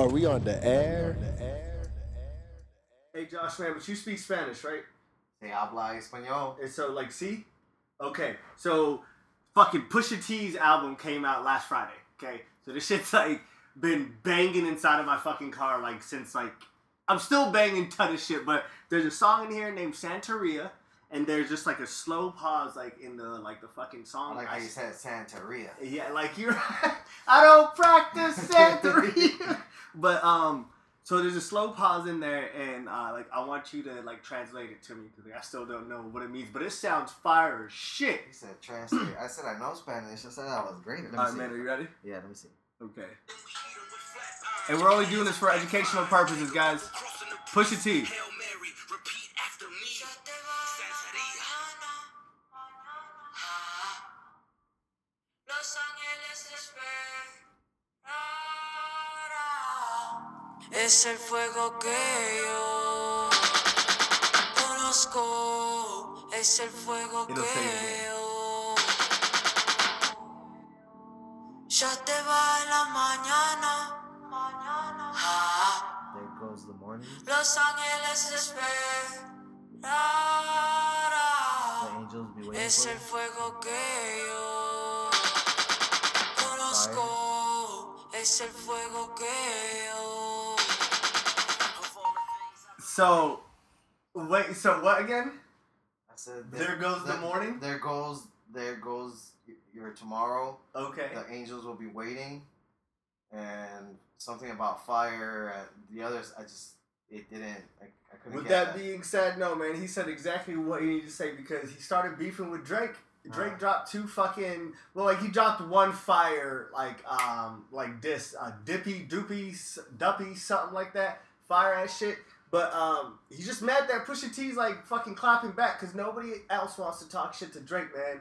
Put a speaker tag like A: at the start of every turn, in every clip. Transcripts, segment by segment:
A: Are we on the air?
B: Hey Josh, man, but you speak Spanish, right?
C: Se habla español.
B: And so, like, see? Okay, so fucking Pusha T's album came out last Friday. Okay, so this shit's like been banging inside of my fucking car like since like I'm still banging ton of shit, but there's a song in here named Santeria, and there's just like a slow pause like in the like the fucking
C: I
B: song.
C: like how you
B: I-
C: said Santeria.
B: Yeah, like you're. I don't practice Santeria, but um. So there's a slow pause in there, and uh, like I want you to like translate it to me because I still don't know what it means, but it sounds fire as shit.
C: He said translate. I said I know Spanish. I said I was great. Let me
B: All right,
C: see.
B: man, are you ready?
C: Yeah, let me see.
B: Okay. And we're only doing this for educational purposes, guys. Push your T.
D: Hail Mary, repeat after me. Santeria.
E: Los ángeles esperarán. Es el fuego que yo conozco. Es el fuego
B: It'll fade
E: que yo. Ya te va la mañana. Mañana. Ah.
C: There goes the morning.
E: Los Ángeles
C: The
E: esperará.
C: angels be waiting
E: Es
C: for
E: el
C: you.
E: fuego que yo conozco. Es el fuego que yo.
B: So, wait. So what again?
C: I said
B: There goes the morning?
C: There goes there goes y- your tomorrow.
B: Okay.
C: The angels will be waiting, and something about fire. Uh, the others, I just it didn't. I, I couldn't.
B: With
C: get
B: that being said, no man, he said exactly what he needed to say because he started beefing with Drake. Drake
C: Uh.
B: dropped two fucking well, like he dropped one fire like um like this uh, dippy doopy s- duppy something like that fire ass shit. But um, he's just mad that Pusha T's like fucking clapping back because nobody else wants to talk shit to Drake, man.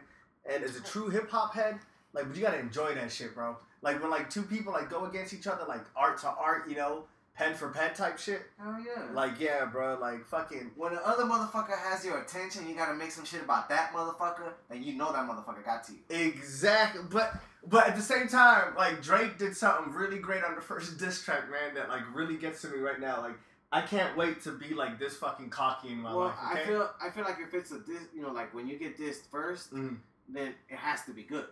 B: And as a true hip hop head, like, but you gotta enjoy that shit, bro. Like when like two people like go against each other, like art to art, you know, pen for pen type shit.
C: Oh yeah.
B: Like yeah, bro. Like fucking.
C: When the other motherfucker has your attention, you gotta make some shit about that motherfucker, and you know that motherfucker got to you.
B: Exactly. But but at the same time, like Drake did something really great on the first diss track, man. That like really gets to me right now. Like I can't wait to be like this fucking cocky in my
F: well,
B: life. Okay?
F: I feel I feel like if it's a dis, you know, like when you get dissed first,
B: Mhm.
F: then it has to be good.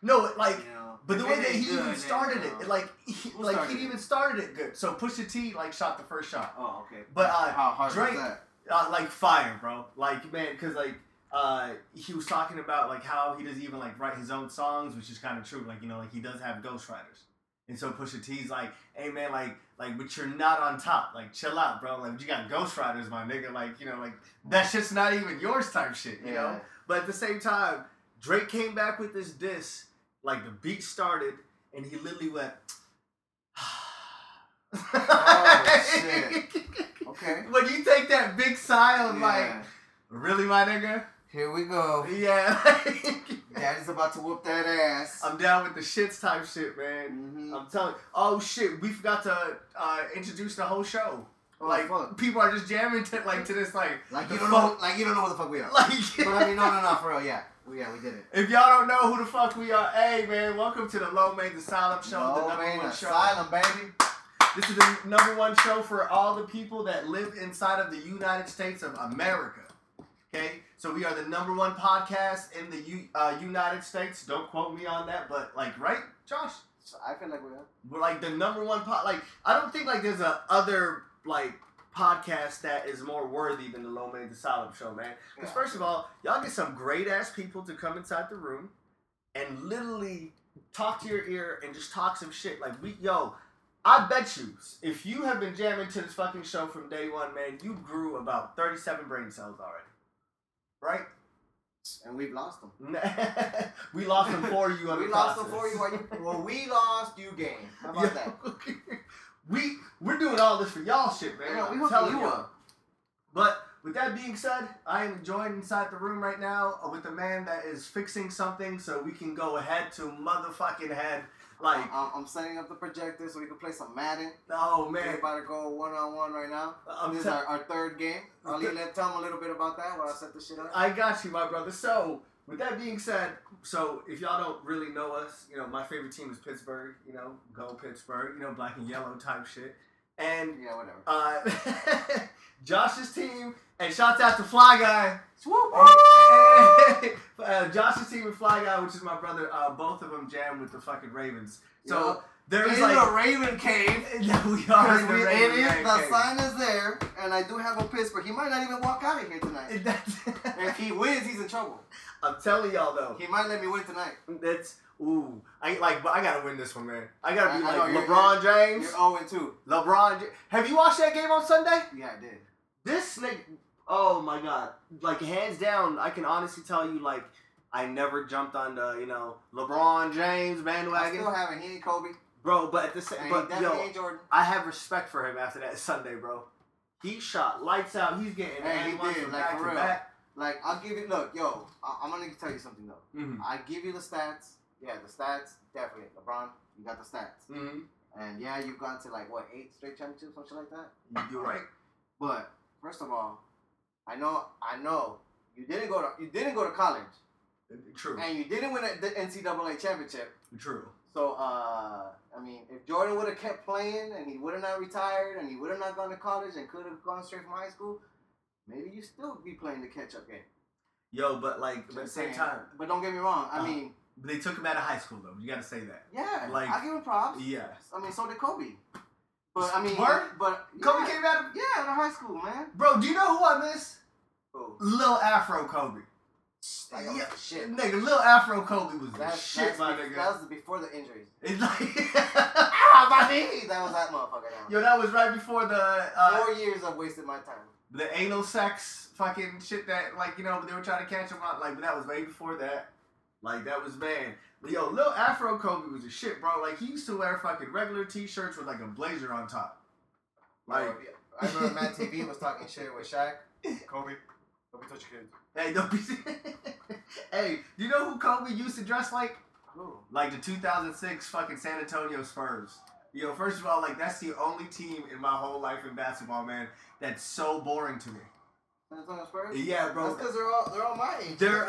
B: no, it, like.
F: you know?
B: But the
F: If
B: way
F: it
B: that
F: ain't
B: he
F: good,
B: even
F: then,
B: started
F: you know.
B: it, it, like he,
F: Who
B: like
F: started
B: he
F: it?
B: even started it good. So Pusha T like shot the first shot,
F: oh okay.
B: but uh,
C: How hard
B: Drake-
C: was that?
B: uh, like fire, bro. Like man, because like uh, he was talking about like how he doesn't even like write his own songs, which is kind of true. Like you know, like he does have ghostwriters, and so Pusha T's like, hey man, like like but you're not on top. Like chill out, bro. Like you got ghostwriters, my nigga. Like you know, like that shit's not even yours type shit. You know. But at the same time, Drake came back with this diss. Like the beat started, and he literally went.
C: Oh, Yeah. Okay.
B: When you take that big sigh of like,
C: Yeah.
B: Really, my nigga?
C: Here we go.
B: Yeah.
C: Daddy's about to whoop that ass.
B: I'm down with the shits type shit, man.
C: hmm
B: I'm telling. Oh shit, we forgot to uh, introduce the whole show.
C: Oh,
B: like
C: fuck.
B: people are just jamming to like to this like
C: Like
B: the
C: you don't know,
B: fuck-
C: like you don't know what the fuck we are. but I
B: like.
C: mean, no, no, no, for real, yeah, we, yeah, we did it.
B: If y'all don't know who the fuck we are, hey man, welcome to the Low Main Asylum Show, the
C: no,
B: number
C: man,
B: one show.
C: asylum, baby.
B: This is the number one show for all the people that live inside of the United States of America. Okay, so we are the number one podcast in the U- uh, United States. Don't quote me on that, but like, right, Josh?
F: So I feel like we are.
B: We're like the number one pod. Like, I don't think like there's a other like podcast that is more worthy than the Low Man the Solemn Show, man. Because
C: Yeah.
B: first of all, y'all get some great ass people to come inside the room and literally talk to your ear and just talk some shit. Like we, yo, I bet you if you have been jamming to this fucking show from day one, man, you grew about thirty-seven brain cells already, right?
F: and we've lost them.
B: we lost them for you. on
C: We
B: the
C: lost the
B: process.
C: four you. while you- Well, we lost you game. How about
B: Yeah.
C: that?
B: we we're doing all this for y'all shit, man.
C: Yeah, we
B: I'm
C: hooking
B: telling
C: you
B: you.
C: up.
B: But with that being said, I am joined inside the room right now uh, with the man that is fixing something so we can go head to motherfucking head. Like,
C: I'm, I'm setting up the projector so we can play some Madden.
B: oh
C: We're
B: man,
C: about to go one on one right now.
B: I'm
C: this is
B: t-
C: our, our third game. Ali, let tell them a little bit about that while I set the shit up.
B: I got you, my brother. So With that being said, so if y'all don't really know us, you know, my favorite team is Pittsburgh, you know, go Pittsburgh, you know, black and yellow type shit. And
F: Yeah, whatever.
B: uh, Josh's team, and shouts out to Fly Guy.
F: Swoop.
B: Oh, uh, Josh's team and Fly Guy, which is my brother, uh, both of them jam with the fucking Ravens. So there
F: In
B: is
F: the
B: like.
F: Raven Cave.
B: we are in the
C: We-
B: Raven
C: it is,
B: game.
C: the sign is there, and I do have a Pittsburgh. He might not even walk out of here tonight.
B: And that's-
C: If he wins, he's in trouble.
B: I'm telling y'all though,
C: He might let me win tonight.
B: that's ooh. I like, but I gotta win this one, man. I gotta be
C: I- I
B: like
C: know, you're-
B: LeBron
C: You're
B: James.
C: 0 and 2.
B: LeBron, J- have you watched that game on Sunday?
C: Yeah, I did.
B: This nigga, oh my god, like hands down, I can honestly tell you, like I never jumped on the you know LeBron James
C: I
B: bandwagon,
C: still haven't. He ain't Kobe.
B: bro. But at the
C: And
B: same,
C: he
B: but
C: definitely
B: yo,
C: ain't Jordan.
B: I have respect for him after that Sunday, bro. He shot lights out. He's getting
C: Hey, he
B: and ones
C: did,
B: from
C: like,
B: back
C: for
B: to
C: real.
B: back.
C: Like, I'll give you. Look, yo, I, I'm going to tell you something, though.
B: Mm-hmm.
C: I give you the stats. Yeah, the stats. Definitely. LeBron, you got the stats.
B: Mm-hmm.
C: And yeah, you've gone to like, what, eight straight championships, something like that?
B: You're right.
C: But first of all, I know, I know you didn't go to you didn't go to college,
B: True.
C: and you didn't win a- the NCAA championship.
B: True.
C: So uh, I mean, if Jordan would have kept playing and he would have not retired and he would have not gone to college and could have gone straight from high school, maybe you still be playing the catch up game.
B: Yo, but like but at the same
C: Saying-
B: time,
C: but don't get me wrong. I
B: Uh-huh.
C: mean,
B: they took him out of high school though. You gotta say that.
C: yeah,
B: Like-
C: I give him props.
B: Yeah.
C: I mean, so did Kobe. But I mean,
B: Word?
C: but
B: Kobe
C: yeah,
B: came out of
C: yeah, out of high school, man.
B: Bro, do you know who I miss?
C: Oh,
B: Lil Afro Kobe.
C: like, oh,
B: Yeah.
C: shit.
B: Nigga, Lil Afro Kobe was the
C: That's,
B: shit,
C: that's
B: my
C: be-
B: nigga.
C: That was before the injuries.
B: it's like
C: Ah, my knee! That was that motherfucker. That
B: Yo,
C: was.
B: that was right before the uh,
C: Four years I've wasted my time.
B: the anal sex fucking shit that like you know they were trying to catch him on like but that was way before that. Like that was bad. Yo, Lil Afro Kobe was a shit, bro. Like he used to wear fucking regular t-shirts with like a blazer on top. Like
C: I remember Matt TV was talking shit with Shaq. Kobe, don't be touching kids.
B: Hey, don't be. hey, do you know who Kobe used to dress like?
C: Who?
B: Like the 2006 fucking San Antonio Spurs. Yo, first of all, like that's the only team in my whole life in basketball, man, that's so boring to me.
C: San Antonio Spurs?
B: Yeah,
C: That's
B: bro.
C: because they're all they're all my age.
B: They're.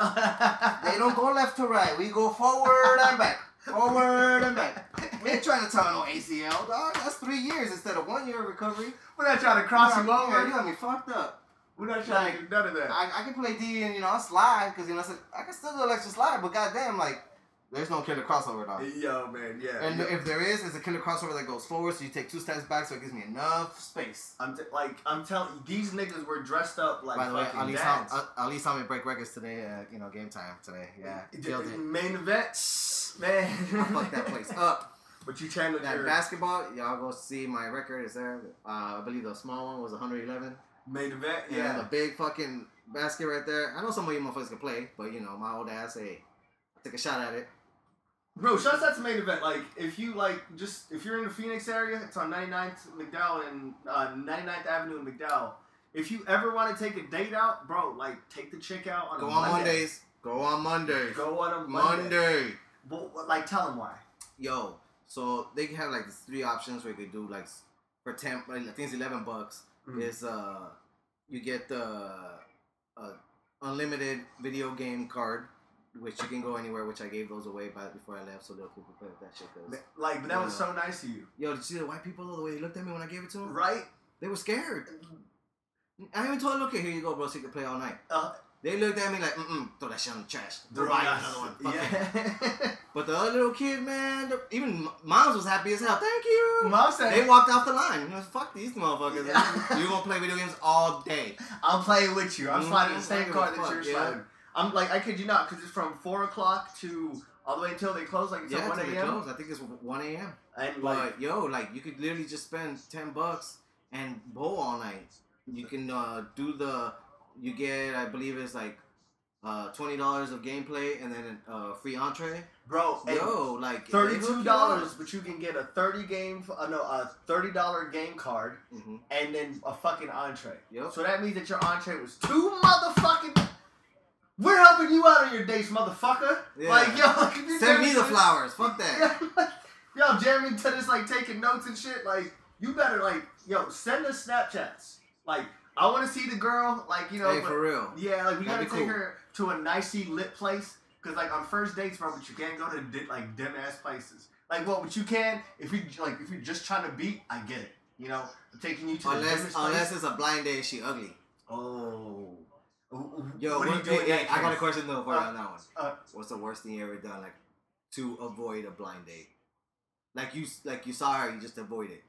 C: they don't go left to right. We go forward and back. Forward and back. We ain't trying to tell no ACL, dog. That's three years instead of one year of recovery.
B: We're not trying to cross
C: you
B: you
C: got- You
B: over.
C: got me fucked up.
B: We're not trying to do none of that.
C: I, I can play D and you know I slide because you know I said I can still do an extra slide, but goddamn, like there's no killer crossover, dog.
B: Yo, man, yeah.
C: And
B: yo.
C: if there is, it's a killer crossover that goes forward, so you take two steps back, so it gives me enough space.
B: I'm t- like, I'm telling you, these niggas were dressed up like
C: By the way,
B: fucking
C: Ali
B: dads.
C: saw Ali saw me break records today. Uh, you know, game time today. uh, Yeah, killed it.
B: Main event, man.
C: I fucked that place up.
B: But you channeled
C: That
B: your
C: basketball, y'all go see my record. Is there? Uh, I believe the small one was 111.
B: main event,
C: Yeah. And then the big fucking basket right there. I know some of you motherfuckers can play, but you know my old ass. Hey, I took a shot at it.
B: Bro, shouts out to main event. Like, if you like, just if you're in the Phoenix area, it's on 99th McDowell and uh, 99th Avenue and McDowell. If you ever want to take a date out, bro, like take the chick out on
C: Go
B: a
C: on
B: Monday.
C: Mondays. Go on Mondays.
B: Go on a Monday.
C: Monday.
B: But, but, like, tell them why.
C: Yo, so they can have like these three options where you could do like s- for ten. Like, I think it's eleven bucks.
B: Mhm.
C: Is uh, you get the uh, unlimited video game card, which you can go anywhere. Which I gave those away by before I left, so they'll people play with that shit. 'cause-
B: Like, but that was so nice of you,
C: Yo, did you see the white people though, the way they looked at me when I gave it to them?
B: right?
C: They were scared. I even told them, okay, here you go, bro, so you can play all night.
B: Uh,
C: They looked at me like, mm-mm, throw that shit on the trash.
B: they're
C: Throw buy
B: nice.
C: another one. Fuck it.
B: Yeah.
C: But the other little kid, man, the- even m- moms was happy as hell. Thank you.
B: Mom said,
C: They walked off the line. You know, fuck these motherfuckers.
B: Yeah.
C: You're gonna play video games all day.
B: I'm playing with you. I'm
C: Mhm.
B: sliding the same
C: Fuck,
B: card that
C: fuck,
B: you're
C: yeah.
B: sliding. I'm like, I kid you not, because it's from four o'clock to all the way until they close, like until
C: Yeah,
B: one
C: till they
B: a.m.
C: close. I think it's one a.m.
B: And like,
C: But yo, like you could literally just spend ten bucks and bowl all night. You can uh, do the. You get, I believe it's like uh, twenty dollars of gameplay and then uh, free entree.
B: bro, and
C: Yo, like
B: Thirty-two dollars, but you can get a thirty game, uh, no, a thirty-dollar game card,
C: Mm-hmm.
B: and then a fucking entree.
C: Yep.
B: So that means that your entree was two motherfucking. We're helping you out on your dates, motherfucker.
C: Yeah.
B: Like yo, if you
C: Send me
B: jamming
C: the
B: to-
C: flowers. Fuck that.
B: Yeah, like, yo, jamming to this, like taking notes and shit. Like you better like yo, send us Snapchats. Like I want to see the girl, like you know,
C: hey,
B: but-
C: for real.
B: yeah, like we gotta
C: That'd
B: take
C: be cool.
B: her to a nicey lit place. Cause like on first dates, bro, but you can't go to di- like dim ass places. Like well, but you can if you like if you're just trying to beat. I get it. You know, I'm taking you to the
C: Unless
B: dimmest
C: unless
B: place.
C: it's a blind date, she ugly.
B: Oh.
C: Yo,
B: what,
C: what
B: do you do in
C: hey,
B: that
C: I got a
B: case?
C: question though for you
B: Uh,
C: on that one.
B: uh.
C: What's the worst thing you ever done, like, to avoid a blind date? Like you, like you saw her, you just avoid it.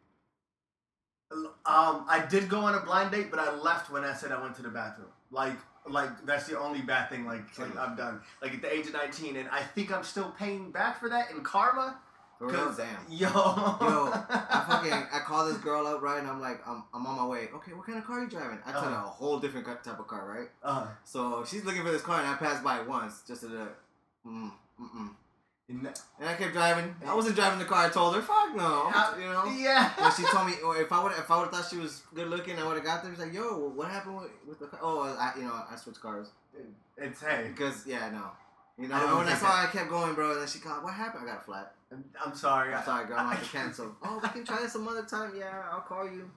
B: Um, I did go on a blind date, but I left when I said I went to the bathroom. Like, like that's the only bad thing like, like I've done. Like at the age of nineteen, and I think I'm still paying back for that in karma.
C: For real,
B: 'cause-
C: damn.
B: Yo, yo,
C: Yo, I fucking I call this girl up right, and I'm like, I'm, I'm on my way. Okay, what kind of car you driving? I tell her a
B: Uh-huh.
C: whole different type of car, right?
B: Uh,
C: So she's looking for this car, and I passed by once just to the, mm, mm-mm.
B: and-
C: and I kept driving. I wasn't driving the car. I told her, fuck no,
B: How-
C: you know.
B: yeah.
C: when she told me, or if I would, if I would have thought she was good looking, I would have got there. She's like, "Yo, what happened with, with the car?" Oh, I, you know, I switched cars
B: It's hey.
C: because yeah, no, you
B: I
C: know,
B: don't
C: when I
B: think
C: saw, her, I kept going, bro. And then she called, "What happened?" I got a flat.
B: I'm sorry.
C: I'm sorry, girl. I had to cancel. oh, we can try this some other time. Yeah, I'll call you.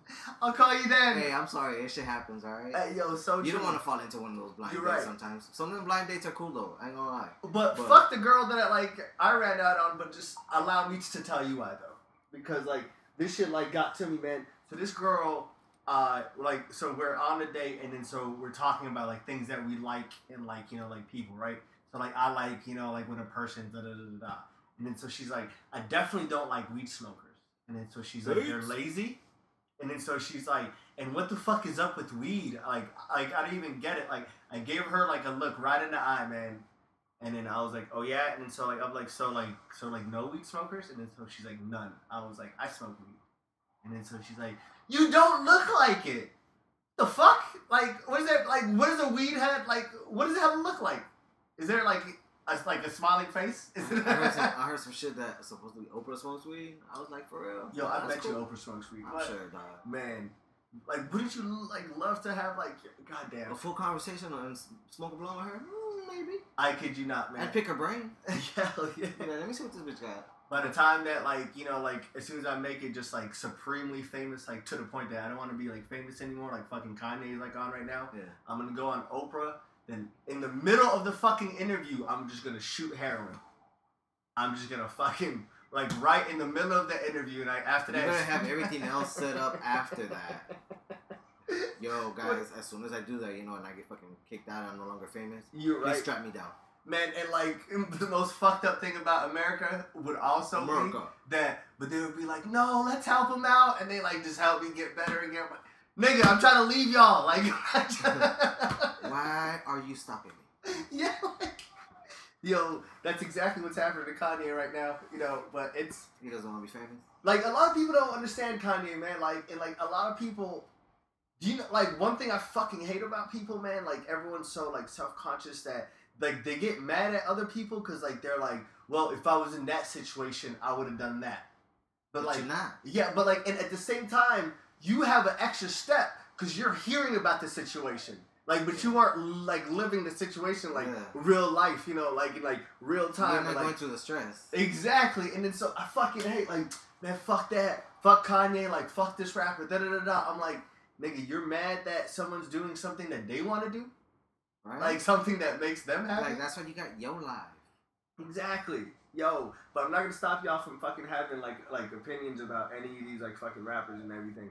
B: I'll call you then.
C: Hey, I'm sorry. This shit happens. All right.
B: Hey, yo, so
C: You
B: true.
C: don't want to fall into one of those blind
B: You're
C: dates
B: right.
C: sometimes. Some of them blind dates are cool though. I ain't gonna lie.
B: But,
C: But-
B: fuck the girl that I, like I ran out on, but just allow me to tell you why though, because like this shit like got to me, man. So this girl, uh, like so we're on a date, and then so we're talking about like things that we like and like you know like people, right? So like I like you know like when a person da da da da, da. and then so she's like I definitely don't like weed smokers, and then so she's like they're lazy, and then so she's like and what the fuck is up with weed? Like like I didn't even get it. Like I gave her like a look right in the eye, man. And then I was like, oh yeah. And then so like I'm like so like so like no weed smokers. And then so she's like none. I was like I smoke weed. And then so she's like, you don't look like it. The fuck? Like what is that? Like what does a weed head like? What does it have to look like? Is there like a like a smiling face?
C: I
B: Is it-
C: heard, some, I heard some shit that supposedly Oprah smokes weed. I was like, for real.
B: Yo, I
C: That's
B: bet you
C: cool.
B: Oprah smokes weed.
C: I'm
B: What?
C: sure, dog.
B: Man, like wouldn't you like love to have like goddamn?
C: A full conversation and s- smoke a blunt with her? Mm, maybe.
B: I kid you not, man.
C: I'd pick her brain.
B: Hell yeah.
C: Yeah, let me see what this bitch got.
B: By the time that, like, you know, like, as soon as I make it just, like, supremely famous, like, to the point that I don't want to be, like, famous anymore, like, fucking Kanye is, like, on right now,
C: Yeah.
B: I'm going to go on Oprah. Then, in the middle of the fucking interview, I'm just going to shoot heroin. I'm just going to fucking, like, right in the middle of the interview, and I, after
C: You're
B: that,
C: gonna have everything else set up after that. Yo, guys, as soon as I do that, you know, and I get fucking kicked out, I'm no longer famous.
B: You're
C: Please
B: right.
C: strap me down.
B: Man, and, like, the most fucked up thing about America would also be
C: America.
B: that, but they would be like, no, let's help him out, and they like just help me get better again. But, Nigga, I'm trying to leave y'all. Like,
C: Why are you stopping me?
B: yeah, like, yo, that's exactly what's happening to Kanye right now. You know, but it's
C: He doesn't want to be famous.
B: like a lot of people don't understand Kanye, man. Like, and like a lot of people, do you know? Like one thing I fucking hate about people, man. Like everyone's so like self conscious that like they get mad at other people because like they're like, well, if I was in that situation, I would have done that. But,
C: But,
B: like,
C: you're not.
B: yeah, but like, and at the same time, you have an extra step because you're hearing about the situation. Like, but you aren't like living the situation like
C: Yeah.
B: real life, you know, like in like real
C: You're
B: time.
C: not
B: and,
C: going
B: like,
C: through the stress.
B: exactly. And then so I fucking hate like, man, fuck that, fuck Kanye, like fuck this rapper, da da da da. I'm like, nigga, you're mad that someone's doing something that they want to do,
C: Right?
B: like something that makes them happy.
C: Like, that's why you got Yo Live.
B: Exactly. Yo, but I'm not gonna stop y'all from fucking having like like opinions about any of these like fucking rappers and everything.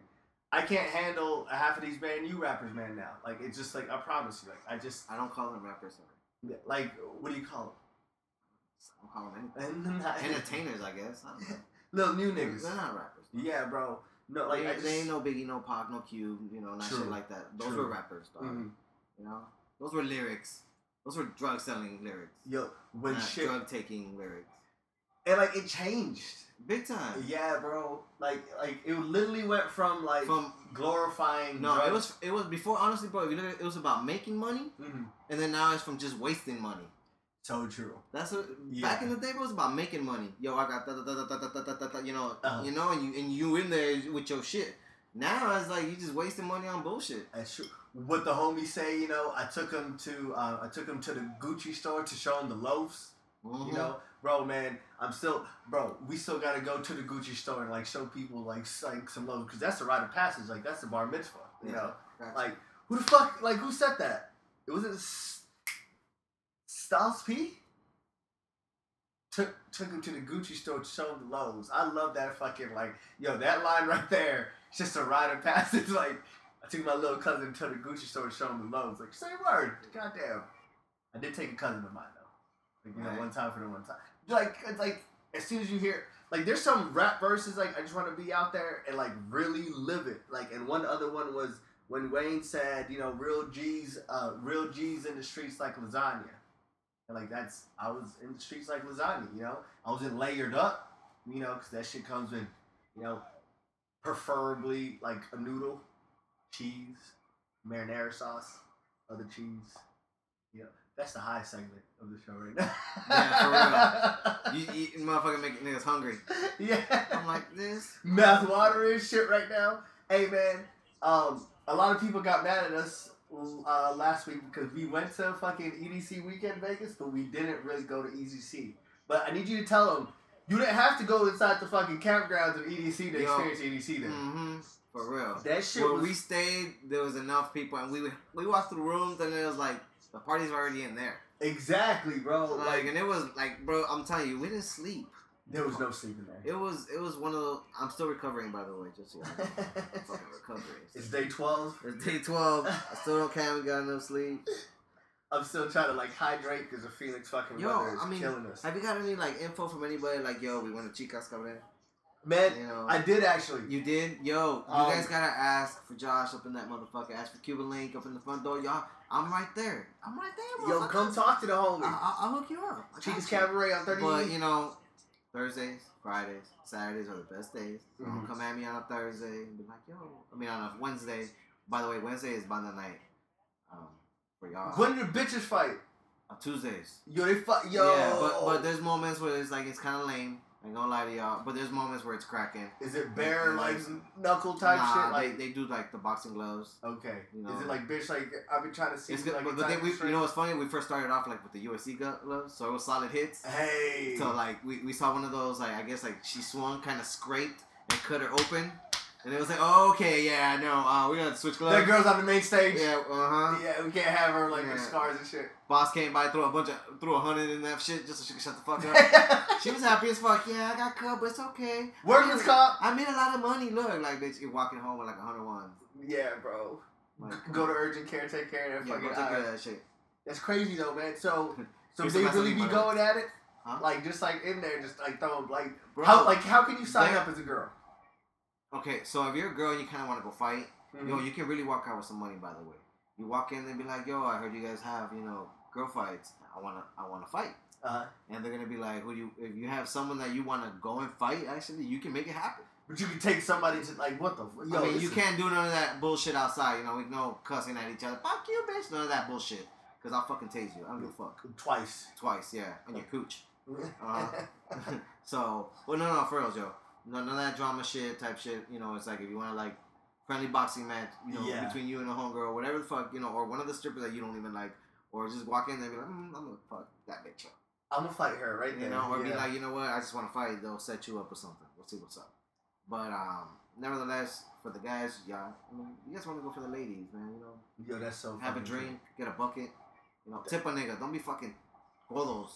B: I can't handle a half of these brand new rappers, man. Now, like it's just like I promise you, like I just
C: I don't call them rappers. Sorry.
B: like what do you call
C: I don't call them
B: them?
C: anything. entertainers, I guess. I don't know.
B: Little new
C: They're
B: niggas.
C: not rappers.
B: Yeah, bro. No, like
C: Like,
B: I
C: they,
B: just,
C: they ain't no Biggie, no Pac, no Cube, you know, not
B: True.
C: shit like that. Those
B: True.
C: were rappers, dog.
B: Mhm.
C: You know, those were lyrics. Those were drug selling lyrics.
B: Yo, when
C: not
B: shit
C: drug taking lyrics.
B: and like it changed.
C: Big time.
B: Yeah, bro. Like like it literally went from like
C: From
B: glorifying.
C: no, it
B: drugs-
C: was it was before. Honestly, bro, if you look at it, it was about making money,
B: Mhm.
C: and then now it's from just wasting money.
B: so true.
C: That's what
B: Yeah.
C: back in the day it was about making money. Yo, I got da da da da da da da da, da you know,
B: Uh-huh.
C: you know, and you and you in there with your shit. Now it's like you just wasting money on bullshit.
B: That's true. What the homies say, you know, I took him to uh, I took him to the Gucci store to show him the loaves.
C: Mhm.
B: You know, bro, man, I'm still, bro, we still gotta go to the Gucci store and like show people like s- like some loaves because that's the rite of passage, like that's the bar mitzvah. You
C: Yeah.
B: know,
C: Gotcha.
B: like Who the fuck? Like, who said that? It was it S- Styles P. Took took him to the Gucci store, showed the lows. I love that fucking like, yo, that line right there. It's just a rite of passage. Like, I took my little cousin to the Gucci store, and showed him the lows. Like, same word. Goddamn. I did take a cousin of mine though. Like, you
C: Right.
B: know, one time for the one time. Like, it's like as soon as you hear, like, there's some rap verses like I just want to be out there and like really live it. Like, and one other one was when Wayne said, you know, real G's, uh, real G's in the streets like lasagna. And like that's, I was in the streets like lasagna. You know, I wasn't layered up. You know, because that shit comes in, you know, preferably like a noodle, cheese, marinara sauce, other cheese. You know, that's the high segment of the show right now.
C: Yeah, You, you motherfucking making niggas hungry.
B: yeah.
C: I'm like this.
B: mouth watering shit right now. Hey man, um, a lot of people got mad at us uh, last week because we went to fucking EDC weekend Vegas, but we didn't really go to EDC. But I need you to tell them you didn't have to go inside the fucking campgrounds of EDC to
C: Yo.
B: experience EDC. Then
C: Mm-hmm. For real.
B: that shit
C: Where
B: was
C: we stayed, there was enough people, and we we walked through rooms, and it was like the party's already in there.
B: exactly, bro.
C: Like,
B: Oh, Like
C: and it was like, bro, I'm telling you, we didn't sleep.
B: there was no sleeping
C: It was it was one of the. I'm still recovering, by the way, just so you know.
B: there.
C: fucking recovering.
B: it's day twelve.
C: It's day 12. I still don't count. Got enough sleep.
B: I'm still trying to like hydrate because the Phoenix fucking
C: Yo,
B: weather is
C: I mean,
B: killing us.
C: Have you got any like info from anybody? Like, yo, we want to chicas coming
B: Man,
C: You know,
B: I did actually.
C: you did, yo. You
B: Um,
C: guys gotta ask for Josh up in that motherfucker. Ask for Cuban Link up in the front door, y'all. I'm right there. I'm right there.
B: Yo,
C: motherfucker.
B: come talk to the homie.
C: I, I, I'll hook you up. I
B: Chica's
C: got you.
B: Cabaret on 30.
C: Uh, But you know, Thursdays, Fridays, Saturdays are the best days. So
B: Mhm.
C: Come at me on a Thursday and be like, yo. I mean, on a Wednesday. By the way, Wednesday is banda night. Um, for y'all.
B: when did the bitches fight?
C: On Tuesdays.
B: Yo, they fight. Yo.
C: Yeah, but but there's moments where it's like it's kind of lame. I ain't gonna lie to y'all, but there's moments where it's cracking.
B: is it bare like
C: Like-
B: knuckle type
C: nah,
B: shit? Like
C: they, they do like the boxing gloves.
B: okay,
C: No.
B: is it like bitch? Like I've been trying to see.
C: It's
B: you,
C: good,
B: like,
C: but,
B: a
C: but
B: time
C: then we,
B: straight.
C: you know what's funny? We first started off like with the UFC glo- gloves, so it was solid hits.
B: Hey.
C: So like we, we saw one of those like I guess like she swung, kind of scraped and cut her open, and it was like oh, okay yeah no uh, we gotta switch gloves.
B: that girl's on the main stage.
C: yeah uh huh.
B: Yeah, we can't have her like with
C: Yeah.
B: scars and shit.
C: Boss came by threw a bunch of threw a hundred in that shit just so she could shut the fuck up. she was happy as fuck. Yeah I got cut, but it's okay.
B: Workman's comp.
C: I made a lot of money. Look, like bitch, you're walking home with like 101.
B: Yeah, bro.
C: Like,
B: G- Go to urgent care, take care of that
C: yeah,
B: fucking.
C: go take care of
B: eye.
C: that shit.
B: That's crazy though, man. So, so
C: Here's
B: they
C: the last
B: really
C: thing
B: be
C: about it.
B: going at it,
C: Huh?
B: like just like in there, just like throwing like
C: Bro,
B: how like how can you sign
C: They-
B: up as a girl?
C: okay, so if you're a girl and you kind of want to go fight,
B: Mhm.
C: yo, you can really walk out with some money. By the way, you walk in and be like, yo, I heard you guys have you know girl fights. I wanna, I wanna fight.
B: Uh,
C: And they're gonna be like, who do you? If you have someone that you wanna go and fight, actually, you can make it happen.
B: But you can take somebody to like what the f- yo.
C: I mean, you
B: listen.
C: can't do none of that bullshit outside. You know, we no cussing at each other. Fuck you, bitch. None of that bullshit. Cause I'll fucking tase you. I don't give a fuck.
B: twice.
C: Twice, yeah, on your cooch. Uh-huh. so, well, no, no, for real, Joe. No, none of that drama shit, type shit. You know, it's like if you want to like friendly boxing match, you know,
B: Yeah.
C: between you and a homegirl, whatever the fuck, you know, or one of the strippers that you don't even like, or just walk in there and be like, mm, I'm gonna fuck that bitch up,
B: I'm gonna fight her right
C: you
B: there.
C: know, or be
B: yeah.
C: like, you know what, I just want to fight. They'll set you up or something. We'll see what's up. But um, nevertheless, for the guys, y'all, I mean, you guys want to go for the ladies, man. You know,
B: yo, that's so.
C: have a
B: fucking
C: drink, get a bucket, you know, tip a nigga. Don't be fucking codos.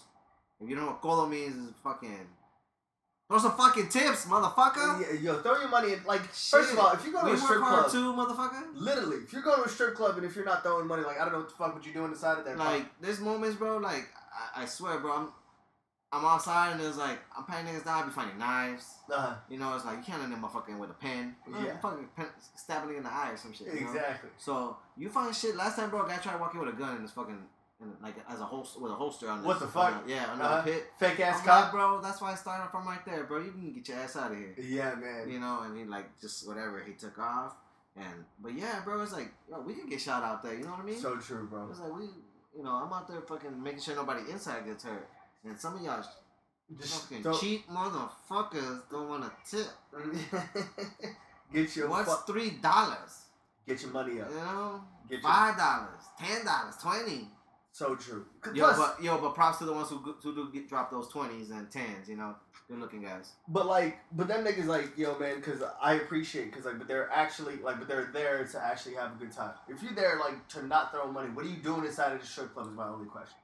C: If you don't know what codo means, is fucking throw some fucking tips, motherfucker.
B: Yeah, yo, throw your money in. Like, first of
C: Shit.
B: all, if you go to
C: we
B: a
C: work
B: strip
C: hard
B: club,
C: too, motherfucker.
B: literally, if you're going to a strip club and if you're not throwing money, like, I don't know what the fuck would you do on the side of that.
C: Like there's moments, bro. Like I, I swear, bro. I'm I'm outside and it's like I'm patting niggas down. I be finding knives.
B: uh,
C: You know, it's like you can't let them motherfucker in with a pen.
B: Yeah.
C: Fucking pen, stab a nigga in the eye or some shit. you know?
B: exactly.
C: So you find shit. Last time, bro, a guy tried walking with a gun and it's fucking. and, Like as a holster with a holster on.
B: What
C: his-
B: the fuck?
C: on a- yeah, under
B: Uh-huh.
C: the pit.
B: Fake ass
C: I'm like,
B: cop.
C: bro. That's why I started from right there, bro. You can get your ass out of here.
B: Yeah, man.
C: You know, and he like just whatever he took off, and but yeah, bro, it's like yo, we can get shot out there. You know what I mean?
B: So true, bro.
C: it's like we, you know, I'm out there fucking making sure nobody inside gets hurt, and some of y'all
B: Just
C: fucking
B: throw-
C: cheap motherfuckers don't want to tip.
B: get your
C: What's
B: fu-
C: three dollars?
B: get your money
C: You
B: up.
C: know,
B: Get your
C: five dollars, ten dollars, twenty.
B: So true. 'Cause
C: Yo,
B: plus-
C: but yo, but props to the ones who go- who do get drop those twenties and tens. You know, good looking guys.
B: But like, but them niggas like, yo, man, because I appreciate, because like, but they're actually like, but they're there to actually have a good time. If you're there like to not throw money, what are you doing inside of the strip club? Is my only question.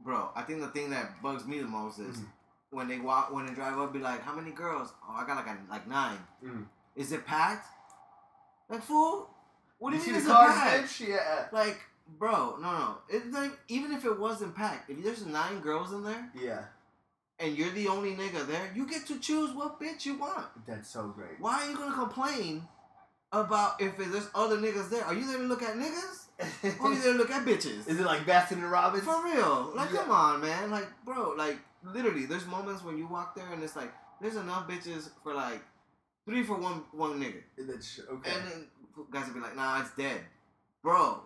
C: Bro, I think the thing that bugs me the most is
B: Mm.
C: when they walk, when they drive up, be like, "How many girls? Oh, I got like a, like 9
B: Mhm.
C: Is it packed? Like fool? What do you,
B: see
C: mean
B: the
C: it's
B: cars,
C: packed?
B: bitch? Yeah,
C: Like, bro, no, no. It's like even if it wasn't packed, if there's nine girls in there
B: yeah,
C: and you're the only nigga there, you get to choose what bitch you want.
B: that's so great.
C: Why are you gonna complain about if there's other niggas there? Are you there to look at niggas? Or are you there to look at bitches?
B: Is it like Baskin and Robbins?
C: For real. Like,
B: Yeah.
C: come on, man. Like, bro, like, literally, there's moments when you walk there and it's like, there's enough bitches for like three for one one nigga.
B: That's okay.
C: And then guys will be like, nah, it's dead. Bro,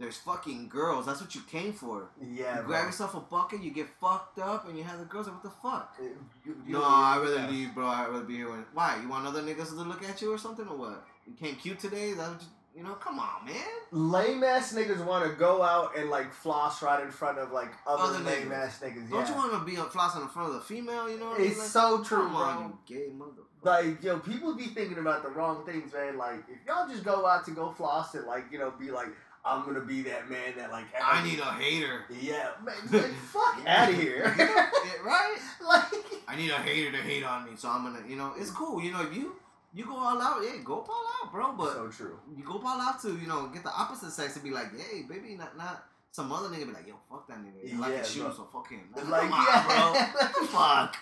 C: there's fucking girls. That's what you came for.
B: yeah,
C: you
B: bro.
C: grab yourself a bucket, you get fucked up, and you have the girls like, what the fuck?
B: Uh, You- you-
C: no, I
B: yeah.
C: rather leave, bro. I'd rather be here. When, why? You want other niggas to look at you or something or what? You came cute today? Is that what you, you know, come on, man.
B: Lame ass niggas want to go out and like floss right in front of like other,
C: Other
B: lame
C: niggas.
B: ass niggas.
C: Don't
B: yeah.
C: you want to be on flossing in front of the female? You know what I mean?
B: It's
C: Like,
B: so true,
C: Come
B: bro.
C: on, you gay motherfucker.
B: Like, yo, people be thinking about the wrong things, man. Like, if y'all just go out to go floss and, like, you know, be like, I'm gonna be that man that, like,
C: I need a hater.
B: Yeah, man, like, fuck out of here.
C: Yeah, right?
B: like,
C: I need a hater to hate on me, so I'm gonna, you know, it's
B: Mm.
C: cool. You know, if you you go all out, yeah, go all out, bro. But
B: so true.
C: you go all out to, you know, get the opposite sex to be like, hey, baby, not not some other nigga be like, yo, fuck that nigga. I like
B: Yeah,
C: his shoes,
B: bro.
C: so fuck him.
B: It's
C: Like,
B: like,
C: come on,
B: yeah,
C: bro. fuck.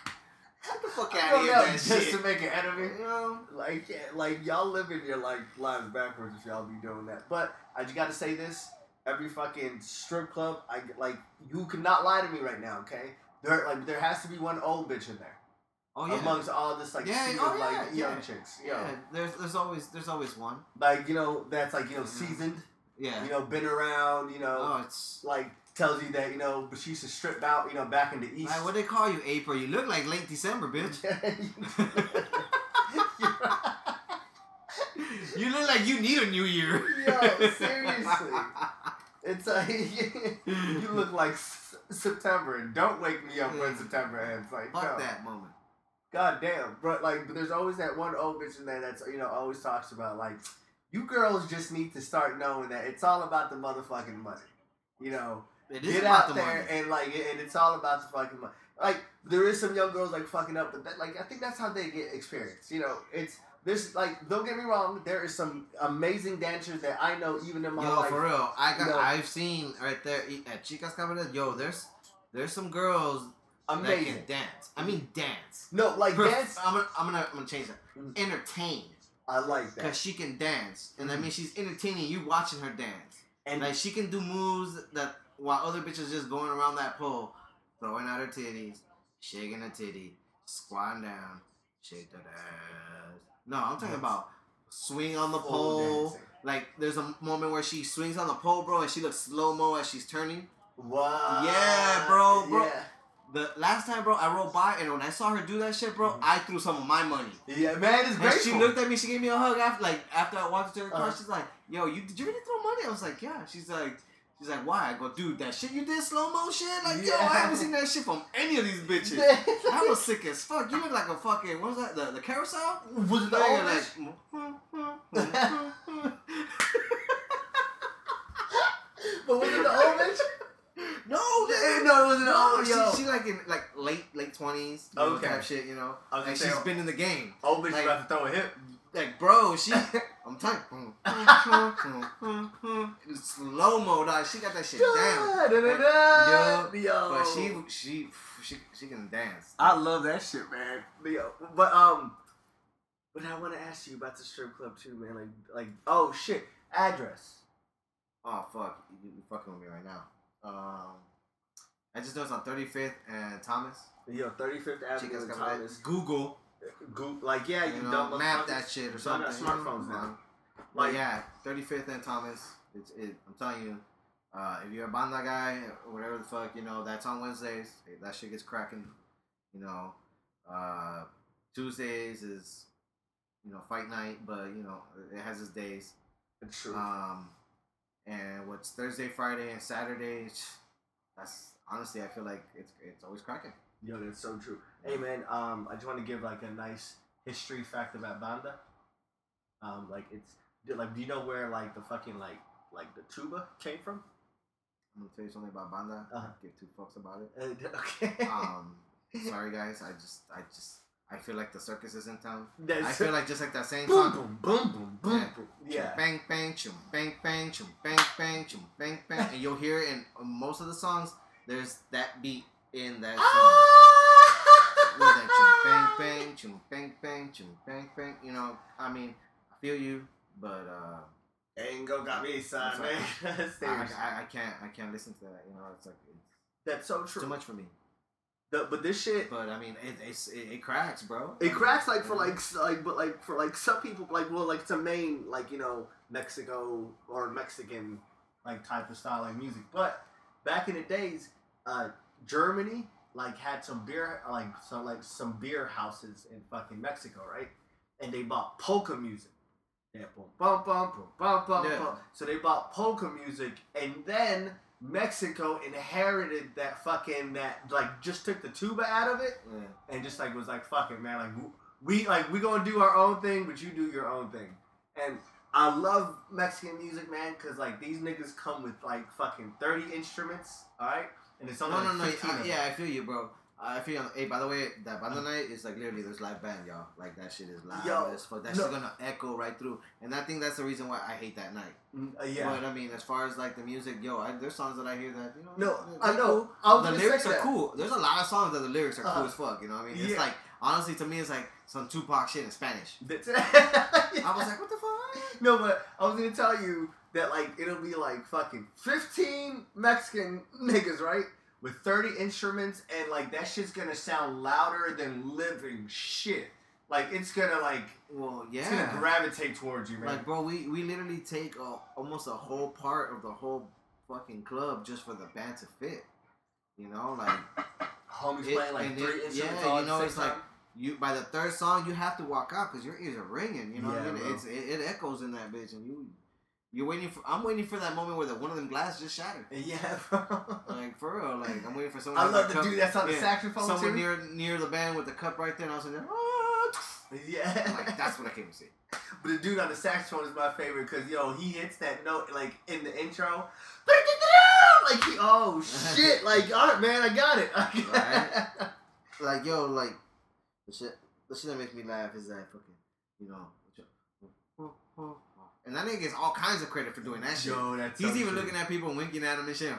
C: Get the fuck out of
B: Go
C: here,
B: out
C: man.
B: just
C: shit.
B: to make an enemy.
C: You know?
B: Like, yeah, like y'all living your like lives backwards if y'all be doing that. But I just gotta say this: every fucking strip club, I like you cannot lie to me right now, okay? There, like, there has to be one old bitch in there
C: Oh yeah.
B: amongst all this like
C: Yeah,
B: sea
C: oh,
B: of
C: yeah,
B: like young
C: yeah.
B: chicks, yo.
C: yeah, there's there's always there's always one.
B: like you know that's like you know
C: Mhm.
B: seasoned
C: Yeah.
B: you know been around you know
C: oh, it's
B: like tells you that you know but she used to strip out you know back in the east
C: like what they call you, April. You look like late December, bitch. you look like you need a new year.
B: Yo, seriously. it's like you look like S- september and don't wake me up when
C: Yeah.
B: september ends like
C: Hmm. Fuck
B: no.
C: that moment.
B: god damn but like but there's always that one old bitch in there that's you know always talks about like you girls just need to start knowing that it's all about the motherfucking money you know
C: It is
B: get
C: about
B: out
C: the
B: there
C: money.
B: and like and it's all about the fucking money. Like there is some young girls like fucking up, but that, like I think that's how they get experience. You know, it's there's like don't get me wrong, there is some amazing dancers that I know even in my
C: Yo,
B: life.
C: for real, I got.
B: Yo.
C: I've seen right there e- at Chicas Cabaret. Yo, there's there's some girls
B: amazing.
C: that can dance. I mean, dance.
B: No, like
C: Perf-
B: dance,
C: I'm gonna, I'm gonna I'm gonna change
B: Mm.
C: that. Entertain,
B: I like
C: because
B: that.
C: she can dance, and
B: Mm.
C: that means she's entertaining you watching her dance.
B: And
C: Like she can do moves that while other bitches just going around that pole, throwing out her titties, shaking her titty, squatting down, shake that ass. No, I'm talking about swing on the
B: pole
C: pole.
B: dancing.
C: Like there's a moment where she swings on the pole, bro, and she looks slow mo as she's turning.
B: Wow.
C: Yeah, bro, bro.
B: Yeah,
C: The last time, bro, I rolled by and when I saw her do that shit, bro, I threw some of my money.
B: yeah man, it's
C: And
B: great.
C: she looked at me. She gave me a hug after, like, after I walked to her car.
B: Uh-huh.
C: She's like, "Yo, you did you really throw money?" I was like, "Yeah." She's like, "She's like, why?" I go, "Dude, that shit you did, slow mo shit. Like, yo, I haven't seen that shit from any of these bitches. I was sick as fuck. You look like a fucking what was that? The, the carousel?
B: was it the old
C: Nigga,
B: bitch?
C: like,
B: But was it the old bitch?
C: no,
B: Eh,
C: dude.
B: no, it wasn't the
C: No,
B: old
C: she,
B: yo.
C: she like in like late late twenties,
B: Okay.
C: type shit, you know.
B: I was
C: Like
B: gonna say, oh.
C: she's been in the game.
B: Old bitch
C: like-
B: about to throw a hip.
C: Like, bro, she. I'm tight. Slow mo, dog. She got that shit down.
B: Da-da-da-da. Yo.
C: But she, she, she, she can dance.
B: Oh. I love that shit, man. But, yo, but um, but I want to ask you about the strip club too, man. Like, like, oh shit, address.
C: Oh fuck, you, you fucking with me right now. Um, I just know it's on 35th and Thomas.
B: Yo, 35th Avenue
C: Chicas
B: and
C: Cabaret.
B: Thomas.
C: Google,
B: Go- like, yeah, you,
C: you know,
B: dumb
C: map
B: motherfuckers.
C: that shit or
B: Y'all
C: something.
B: got smartphones now.
C: But
B: Like,
C: yeah, 35th and Thomas. It's it. I'm telling you, uh, if you're a banda guy or whatever the fuck, you know that's on Wednesdays. That shit gets cracking. You know, uh, Tuesdays is you know fight night, but you know it has its days.
B: it's true.
C: Um, And what's Thursday, Friday, and Saturday? That's honestly, I feel like it's it's always cracking.
B: Yo, that's so true. Hey man, um, I just want to give like a nice history fact about Banda. Um, like it's like, do you know where like the fucking like like the tuba came from?
C: I'm gonna tell you something about Banda. I
B: Uh-huh.
C: don't give two fucks about it.
B: Uh, okay.
C: Um, sorry guys, I just I just I feel like the circus is in town.
B: That's-
C: I feel like just like that same
B: boom,
C: song.
B: boom, boom, boom, boom,
C: Yeah.
B: boom. Yeah.
C: Bang bang chum bang bang chum bang bang chum bang bang and you'll hear in most of the songs there's that beat in that
B: Ah!
C: song. With that chum bang bang chum bang bang chum bang bang. You know, I mean, I feel you, but uh
B: Ain't gonna got me, son,
C: That's
B: man.
C: I,
B: Serious.
C: I, I can't I can't listen to that, you know, it's like it's
B: That's so true.
C: too much for me.
B: The- but this shit,
C: But I mean it it's it, it cracks, bro.
B: It cracks like for
C: Yeah.
B: like s- like but like for like some people like well like some main like you know Mexico or Mexican like type of style like music. But back in the days, uh, Germany like had some beer like some like some beer houses in fucking Mexico, right? And they bought polka music. Yeah, boom, bum, bum, boom, bum, bum,
C: Yeah.
B: bum. So they bought polka music, and then Mexico inherited that fucking that like just took the tuba out of it
C: Yeah.
B: and just like was like, "Fuck it, man! Like w- we like we gonna do our own thing, but you do your own thing." And I love Mexican music, man, because like these niggas come with like fucking thirty instruments, all right, and it's only
C: No, no,
B: like
C: no.
B: 15
C: I,
B: of Uh-huh.
C: yeah, I feel you, bro. I feel. Hey, by the way, that banda night is like literally there's live band, y'all. Like that shit is loud
B: Yo,
C: as fuck. That
B: no.
C: shit's gonna echo right through, and I think that's the reason why I hate that night.
B: them. Mm, uh, yeah.
C: But I mean, as far as like the music, yo, I, there's songs that I hear that you know.
B: No,
C: they're-
B: I
C: they're
B: know.
C: cool.
B: I was
C: uh, The
B: gonna
C: lyrics
B: say
C: are
B: that.
C: cool. There's a lot of songs that the lyrics are
B: Uh-huh.
C: cool as fuck. You know what I mean? It's
B: Yeah.
C: like honestly to me, it's like some Tupac shit in Spanish.
B: That's-
C: I was like, what the fuck?
B: no, but I was gonna tell you that like it'll be like fucking fifteen Mexican niggas, right? With thirty instruments and like that shit's gonna sound louder than living shit. Like it's gonna like
C: Well, yeah.
B: it's gonna gravitate towards you, man.
C: Like, bro, we, we literally take a, almost a whole part of the whole fucking club just for the band to fit. You know, like
B: homies
C: It-
B: playing like
C: and
B: three
C: it-
B: instruments
C: yeah,
B: all at
C: you
B: the
C: know,
B: same
C: it's like-
B: time.
C: you by the third song you have to walk out because your ears are ringing. You know what
B: Yeah,
C: I mean?
B: bro.
C: It's it, it echoes in that bitch, and you you're waiting for. I'm waiting for that moment where the one of them glass just shattered.
B: yeah, bro.
C: Like for real, like I'm waiting for someone.
B: I
C: with a
B: love the
C: cup-
B: dude that's on the
C: yeah,
B: saxophone
C: Someone
B: too.
C: near near the band with the cup right there, and I was like, "Ah,"
B: yeah,
C: like that's what I came to see.
B: but the dude on the saxophone is my favorite because yo, he hits that note like in the intro. Like he, oh shit! Like all right, man, I got it.
C: Right. like yo, like the shit, the shit that makes me laugh is that fucking, you know, and that nigga gets all kinds of credit for doing that shit.
B: Yo, that's
C: He's
B: so
C: even
B: true.
C: looking at people winking at him and shit.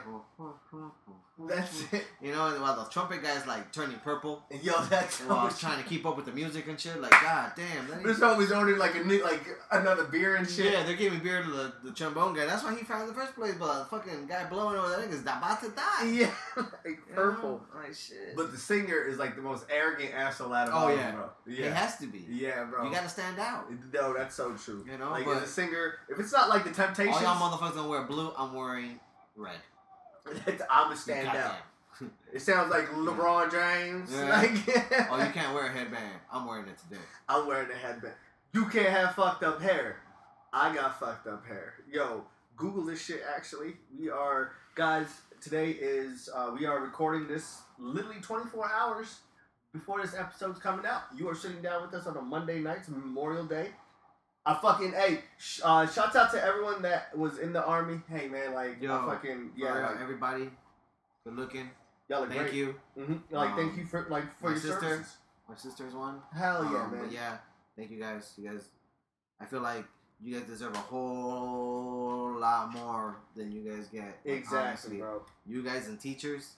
B: That's it.
C: You know, and while the trumpet guy's like turning purple
B: And yo, that's so
C: while I
B: true.
C: was trying to keep up with the music and shit. Like, god damn, that
B: Oh, This
C: nigga-
B: homie's ordering like a new, like another beer and shit.
C: yeah, they're giving beer to the, the trombone guy. That's why he found in the first place. But the fucking guy blowing over that nigga's about to die.
B: yeah, like
C: You know?
B: purple.
C: Oh, like shit.
B: But the singer is like the most arrogant asshole out of
C: Oh,
B: all of
C: yeah.
B: them, bro.
C: it
B: Yeah,
C: has to be.
B: yeah, bro.
C: You gotta stand out.
B: No, that's so true.
C: You know,
B: like
C: but-
B: as a singer, if it's not like the Temptations,
C: All y'all motherfuckers don't wear blue. I'm wearing red.
B: I'm a stand out. It sounds like LeBron James.
C: Yeah.
B: Like,
C: Oh, you can't wear a headband. I'm wearing it today.
B: I'm wearing a headband. You can't have fucked up hair. I got fucked up hair. Yo, Google this shit. Actually, we are guys. Today is uh, we are recording this literally 24 hours before this episode's coming out. You are sitting down with us on a Monday night, it's Memorial Day. I fucking hey, sh- uh, shouts out to everyone that was in the army. Hey man, like
C: Yo,
B: I fucking
C: Yeah,
B: yeah, like,
C: everybody. Good looking.
B: y'all look
C: Thank
B: great.
C: you.
B: hmm Like thank
C: Um,
B: you for like for
C: my
B: your
C: sister.
B: services.
C: My sister's one.
B: Hell yeah,
C: Um,
B: man.
C: But yeah, thank you guys. You guys, I feel like you guys deserve a whole lot more than you guys get. Like,
B: Exactly,
C: honestly.
B: bro.
C: You guys and teachers,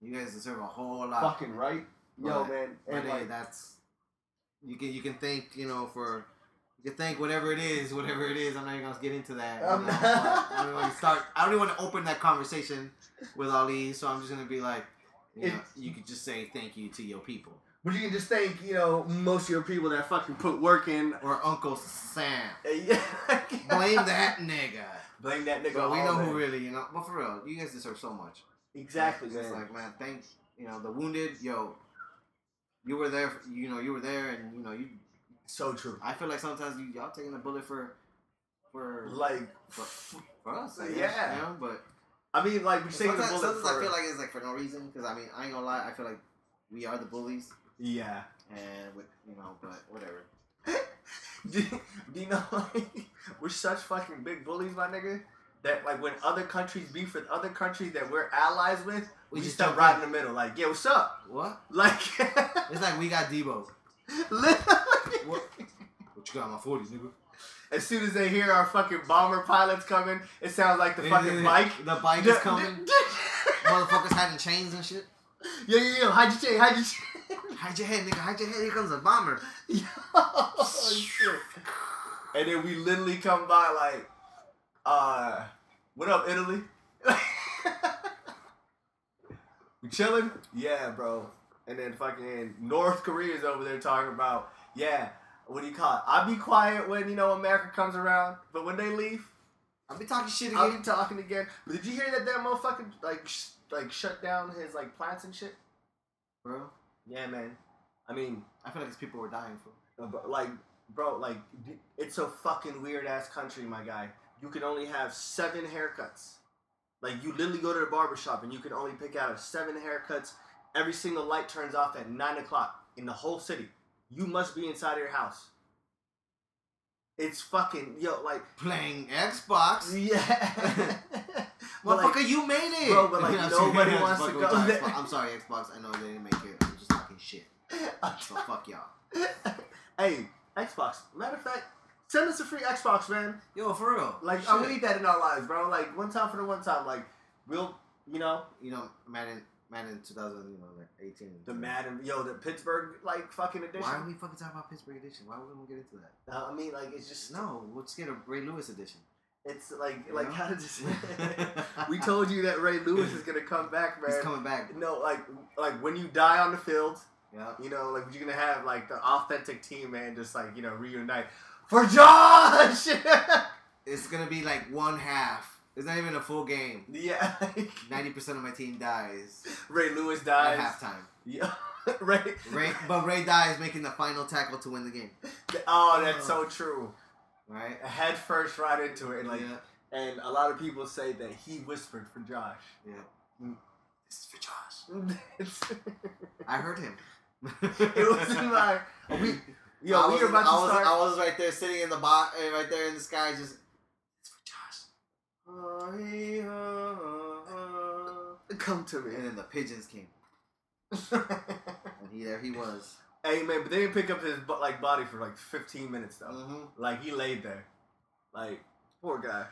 C: you guys deserve a whole lot.
B: Fucking right. Yo,
C: Right.
B: man.
C: Uh, But
B: And
C: hey,
B: like,
C: that's you can you can thank you know for you can thank whatever it is, whatever it is. I'm not even gonna get into that. you
B: Um,
C: know, but I don't even want to start. I don't even want to open that conversation with Ali. So I'm just gonna be like, you know,
B: It-
C: you could just say thank you to your people
B: but you can just thank you know most of your people that fucking put work in.
C: or Uncle Sam.
B: Yeah.
C: Blame that nigga.
B: Blame that nigga.
C: But we
B: all
C: know
B: day.
C: who really, you know. But for real, you guys deserve so much.
B: exactly.
C: It's just
B: man.
C: like man, thank you know the wounded. Yo, you were there. You know you were there, and you know you
B: so true.
C: I feel like sometimes you, y'all taking a bullet for, for
B: Like,
C: But- for us. I
B: Yeah.
C: guess, You know? But
B: I mean, like we taking the
C: sometimes,
B: bullet
C: sometimes I
B: for.
C: feel like it's like for no reason. Because I mean, I ain't gonna lie. I feel like we are the bullies,
B: yeah.
C: and with you know, but whatever.
B: do, do you know like we're such fucking big bullies, my nigga? That like when other countries beef with other countries that we're allies with, we,
C: We just
B: just step
C: jump
B: right
C: in.
B: in the middle. Like, yeah, what's up?
C: What?
B: Like,
C: It's like we got Debo.
B: literally.
C: What? What you got in my forties, nigga?
B: As soon as they hear our fucking bomber pilots coming, it sounds like the fucking bike.
C: The bike is coming. Motherfuckers hiding chains and shit.
B: Yo, yo, yo, hide your chain, hide your chain.
C: Hide your head, nigga. Hide your head. Here comes a bomber.
B: Yo, shit. And then we literally come by like, uh, what up, Italy? we chilling? Yeah, bro. And then fucking North Korea's over there talking about, yeah, what do you call it? I be quiet when you know America comes around, but when they leave,
C: I'll be talking shit
B: I'll
C: again.
B: be talking again. But did you hear that that motherfucking like sh- like shut down his like plants and shit?
C: Bro,
B: Yeah, man. I mean,
C: I feel like these people were dying for.
B: Uh, but, like bro like d- it's a fucking weird ass country my guy you can only have seven haircuts like you literally go to the barber shop and you can only pick out of seven haircuts every single light turns off at nine o'clock in the whole city you must be inside your house it's fucking yo like
C: Playing Xbox.
B: yeah But, like,
C: Motherfucker, you made it.
B: Bro, but, like,
C: I'm
B: nobody
C: sorry.
B: wants to
C: Fuck
B: go
C: with y'all,
B: there.
C: Xbox. I'm sorry, Xbox. I know they didn't make it. I'm just talking shit. So fuck y'all.
B: hey xbox matter of fact send us a free xbox man
C: Yo, for real.
B: Like
C: shit.
B: I we need that in our lives, bro. Like one time for the one time. Like we'll, you know,
C: you know, Madden, Madden 2000, you know, like 18.
B: the Madden, yo, the Pittsburgh like fucking edition.
C: Why are we fucking talking about Pittsburgh edition? Why would we get into that?
B: Uh, I mean, like it's just
C: No, let's get a Ray Lewis edition.
B: It's like like
C: Yeah.
B: how did this? we told you that Ray Lewis is gonna come back, man.
C: He's coming back.
B: no, like like when you die on the field,
C: Yeah.
B: you know, like you're gonna have like the authentic team, man. Just like you know, reunite for Josh.
C: It's gonna be like one half. It's not even a full game.
B: yeah,
C: Ninety percent of my team dies
B: Ray Lewis
C: at
B: dies.
C: halftime.
B: Yeah, Ray.
C: Ray, but Ray dies making the final tackle to win the game.
B: Oh, that's so true.
C: Right?
B: Head first, right into it, and like.
C: yeah.
B: And a lot of people say that he whispered for Josh. Mm.
C: This is for Josh.
B: It's-
C: I heard him.
B: it was in my. We,
C: I
B: yo, we
C: was-
B: were about
C: I
B: to
C: was,
B: start.
C: I was right there, sitting in the box, right there in the sky, just. It's for Josh.
B: Come to
C: And
B: me.
C: then the pigeons came, and he there he was.
B: hey man, but they didn't pick up his bo- like body for like 15 minutes though.
C: Mm-hmm.
B: Like he laid there, like poor guy.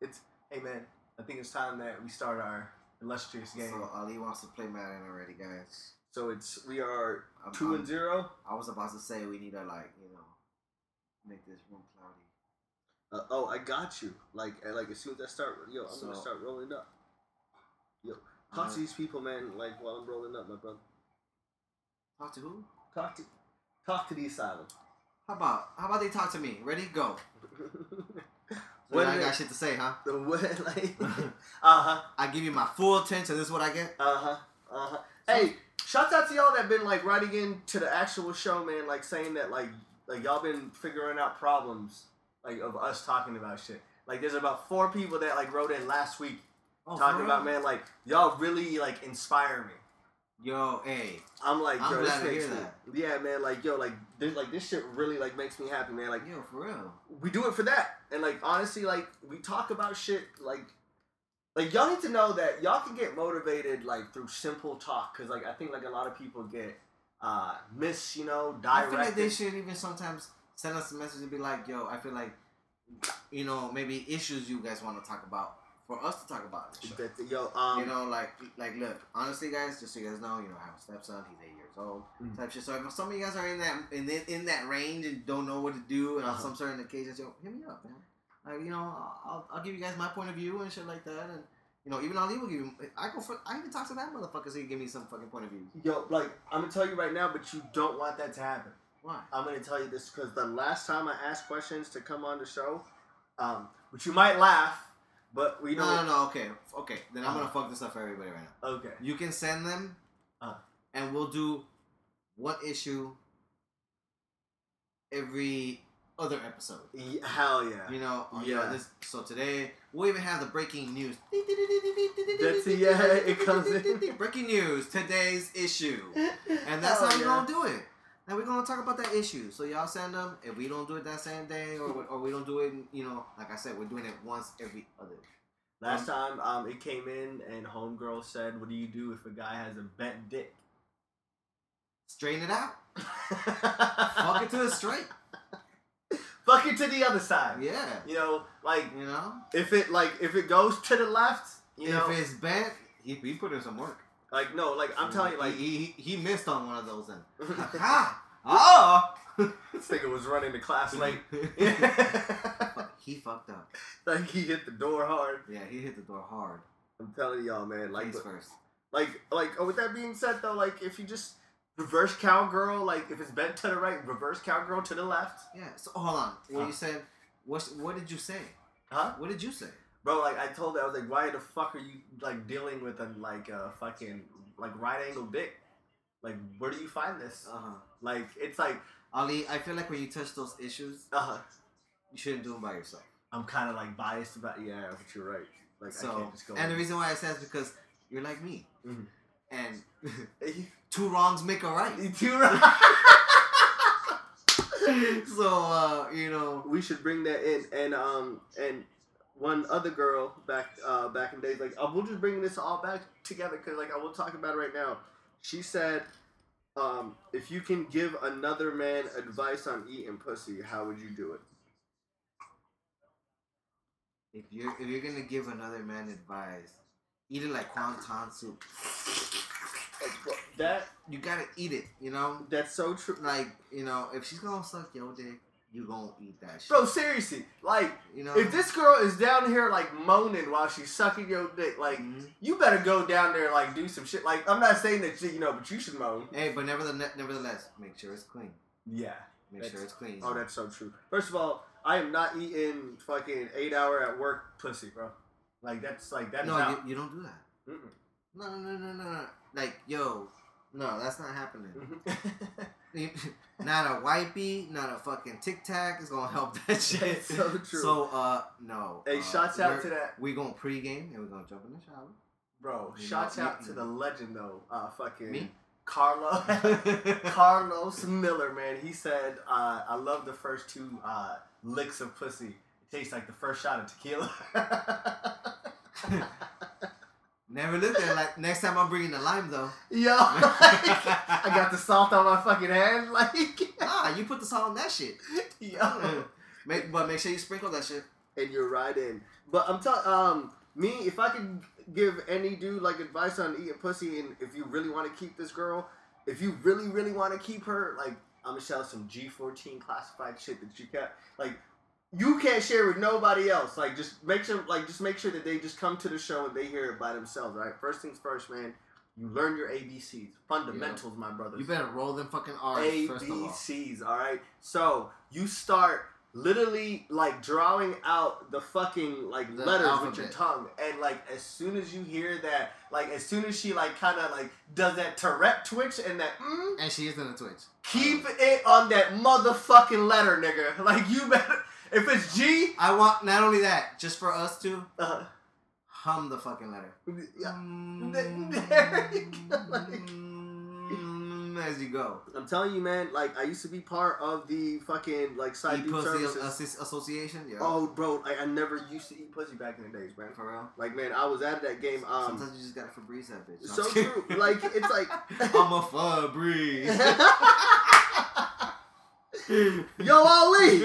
B: It's hey man, I think it's time that we start our illustrious game.
C: So Ali wants to play Madden already, guys.
B: so it's we are
C: I'm-
B: two
C: I'm-
B: and zero.
C: I was about to say we need to like you know make this room cloudy.
B: Uh, oh, I got you. Like, uh, like as soon as I start, yo, I'm gonna
C: So-
B: start rolling up. Yo,
C: I'm
B: talk to
C: gonna-
B: these people, man. Like while I'm rolling up, my brother.
C: Talk to who?
B: Talk to, talk to the asylum.
C: How about how about they talk to me? Ready? Go. So
B: what
C: I
B: is-
C: got shit to say, huh?
B: the what? Like, uh huh,
C: I give you my full attention. This is what I get.
B: uh huh, uh huh. Hey, shouts out to y'all that been like writing in to the actual show, man. Like saying that, like, like y'all been figuring out problems, like of us talking about shit. Like, there's about four people that like wrote in last week
C: Oh,
B: talking
C: for
B: about,
C: real?
B: man, like y'all really like inspire me.
C: Yo, hey,
B: I'm like,
C: I'm
B: yo, this
C: glad to
B: makes
C: hear
B: me,
C: that.
B: yeah, man, like, yo, like, this, like, this shit really, like, makes me happy, man. Like,
C: yo, for real.
B: we do it for that, and like, honestly, like, we talk about shit, like, like, y'all need to know that y'all can get motivated, like, through simple talk, cause like, I think like a lot of people get, uh, miss, you know,
C: I
B: directed.
C: feel like they should even sometimes send us a message and be like, yo, I feel like, you know, maybe issues you guys want to talk about for us to talk about. It.
B: That- that- yo, um,
C: you know, like, like, look, honestly, guys, just so you guys know, you know, I have a stepson. He's eight years old.
B: Mhm.
C: Type shit. So if some of you guys are in that in the, in that range and don't know what to do, and on
B: Uh-huh.
C: some certain occasions, yo, hit me up, man. Like, you know, I'll, I'll give you guys my point of view and shit like that, and you know, even Ali will give you. I go for. I even talk to that motherfucker so he can give me some fucking point of view.
B: yo, like, I'm gonna tell you right now, but you don't want that to happen.
C: Why?
B: I'm gonna tell you this because the last time I asked questions to come on the show, um, which you might laugh, but we know.
C: No, no, no. Okay, okay. Then I'm
B: Uh-huh.
C: gonna fuck this up for everybody right now.
B: Okay.
C: You can send them,
B: Uh.
C: and we'll do one issue every other episode.
B: Y- Hell yeah.
C: You know, on- you know,
B: Yeah.
C: this, so today we'll even have the breaking news.
B: That's it, yeah, it comes in.
C: Breaking news, today's issue. And that's
B: Hell
C: how we're
B: yeah.
C: gonna do it. And we're gonna talk about that issue. So y'all send them. If we don't do it that same day, or we- or we don't do it, you know, like I said, we're doing it once every other.
B: Last time, um, it came in and homegirl said, "What do you do if a guy has a bent dick?"
C: Straighten it out. Fuck
B: Fuck
C: it to the straight.
B: Fuck it to the other side.
C: Yeah.
B: You know, like
C: You know,
B: if it like if it goes to the left, you know,
C: if it's bent, he, he put in some work.
B: like no, like I'm telling you, like
C: he, he he missed on one of those. And
B: this
C: ah, ah.
B: nigga was running to class late.
C: he fucked up.
B: like he hit the door hard.
C: Yeah, he hit the door hard.
B: I'm telling y'all, man. Like,
C: Face
B: but-
C: first.
B: like, like. Oh, with that being said, though, like, if you just reverse cowgirl, like, if it's bent to the right, reverse cowgirl to the left,
C: Yeah. So hold on. What
B: Huh.
C: you said? What what did you say?
B: huh?
C: What did you say?
B: Bro, like, I told her, I was like, why the fuck are you like dealing with a like a fucking like right angle dick? Like, where do you find this?
C: Uh huh.
B: Like, it's like,
C: Ali, I feel like when you touch those issues,
B: uh,
C: you shouldn't do them by yourself.
B: I'm kind of like biased about. Yeah, but you're right. Like, I
C: so,
B: can't just go.
C: and the reason why I said is because you're like me,
B: Mhm.
C: and two wrongs make a right.
B: Too right.
C: so uh, you know,
B: we should bring that in and um and one other girl back uh back in days like uh, we'll just bring this all back together because like I will talk about it right now. She said, um, if you can give another man advice on eating pussy, how would you do it?
C: if you're if you're gonna give another man advice, eat it like wonton soup.
B: That
C: You gotta eat it. You know,
B: that's so true,
C: like you know, if she's gonna suck your dick, you gonna eat that shit.
B: bro. Seriously, like
C: you know,
B: if this girl is down here like moaning while she's sucking your dick, like
C: Mhm.
B: you better go down there like do some shit. Like I'm not saying that you know, but you should moan.
C: Hey, but nevertheless, nevertheless, make sure it's clean.
B: Yeah.
C: Make
B: That's-
C: sure it's clean.
B: Oh, that's so true. First of all, I am not eating fucking eight hour at work pussy, bro. Like that's like that's
C: no,
B: not.
C: you, you don't do that.
B: Mm-mm.
C: No, no, no, no, no, no. Like, yo, no, that's not happening.
B: Mm-hmm.
C: not a wipey, not a fucking tic tac is gonna help that shit.
B: That's so true.
C: So, uh, no.
B: hey,
C: uh,
B: shots out
C: we're-
B: to that,
C: We gonna pregame and we're gonna jump in the shower.
B: bro.
C: You
B: Shots
C: know,
B: out
C: you-
B: to the legend though. Uh, fucking
C: Me?
B: Carlo. Carlos Miller, man, he said, uh, "I love the first two uh, licks of pussy. It tastes like the first shot of tequila."
C: Never looked at it like next time I'm bringing the lime though.
B: Yo, I got the salt on my fucking hand, like,
C: Nah, you put the salt on that shit.
B: yo.
C: Make, but make sure you sprinkle that shit.
B: and you're right in. But I'm telling um me if I could give any dude like advice on eating pussy and if you really want to keep this girl, if you really really want to keep her, like I'm gonna sell some G14 classified shit that you can't like you can't share with nobody else. Like just make sure like just make sure that they just come to the show and they hear it by themselves. All right, first things first, man. You learn your ABCs, fundamentals, my brother.
C: You better roll them fucking R's
B: A
C: first of
B: B
C: all.
B: C's. All right. So you start literally like drawing out the fucking like
C: The
B: letters with your
C: alphabet.
B: tongue, and like as soon as you hear that, like as soon as she like kind of like does that Tourette twitch and that. Mm,
C: And she is in the Twitch.
B: Keep
C: Mm.
B: it on that motherfucking letter, nigga. Like you better. If it's G,
C: I want not only that, just for us to
B: uh,
C: hum the fucking letter. Mm.
B: yeah.
C: There
B: There you go, like-
C: Mm, As you go.
B: I'm telling you, man. Like I used to be part of the fucking like side
C: Eat
B: dude
C: Pussy
B: services.
C: Associ- Association, yeah.
B: oh, bro, I, I never used to eat pussy back in the days, man.
C: For real.
B: Like, man, I was out of that game. Um,
C: Sometimes you just gotta Febreze that bitch. No,
B: So
C: I'm just kidding.
B: true. Like it's like
C: I'm a Febreze.
B: Yo Ali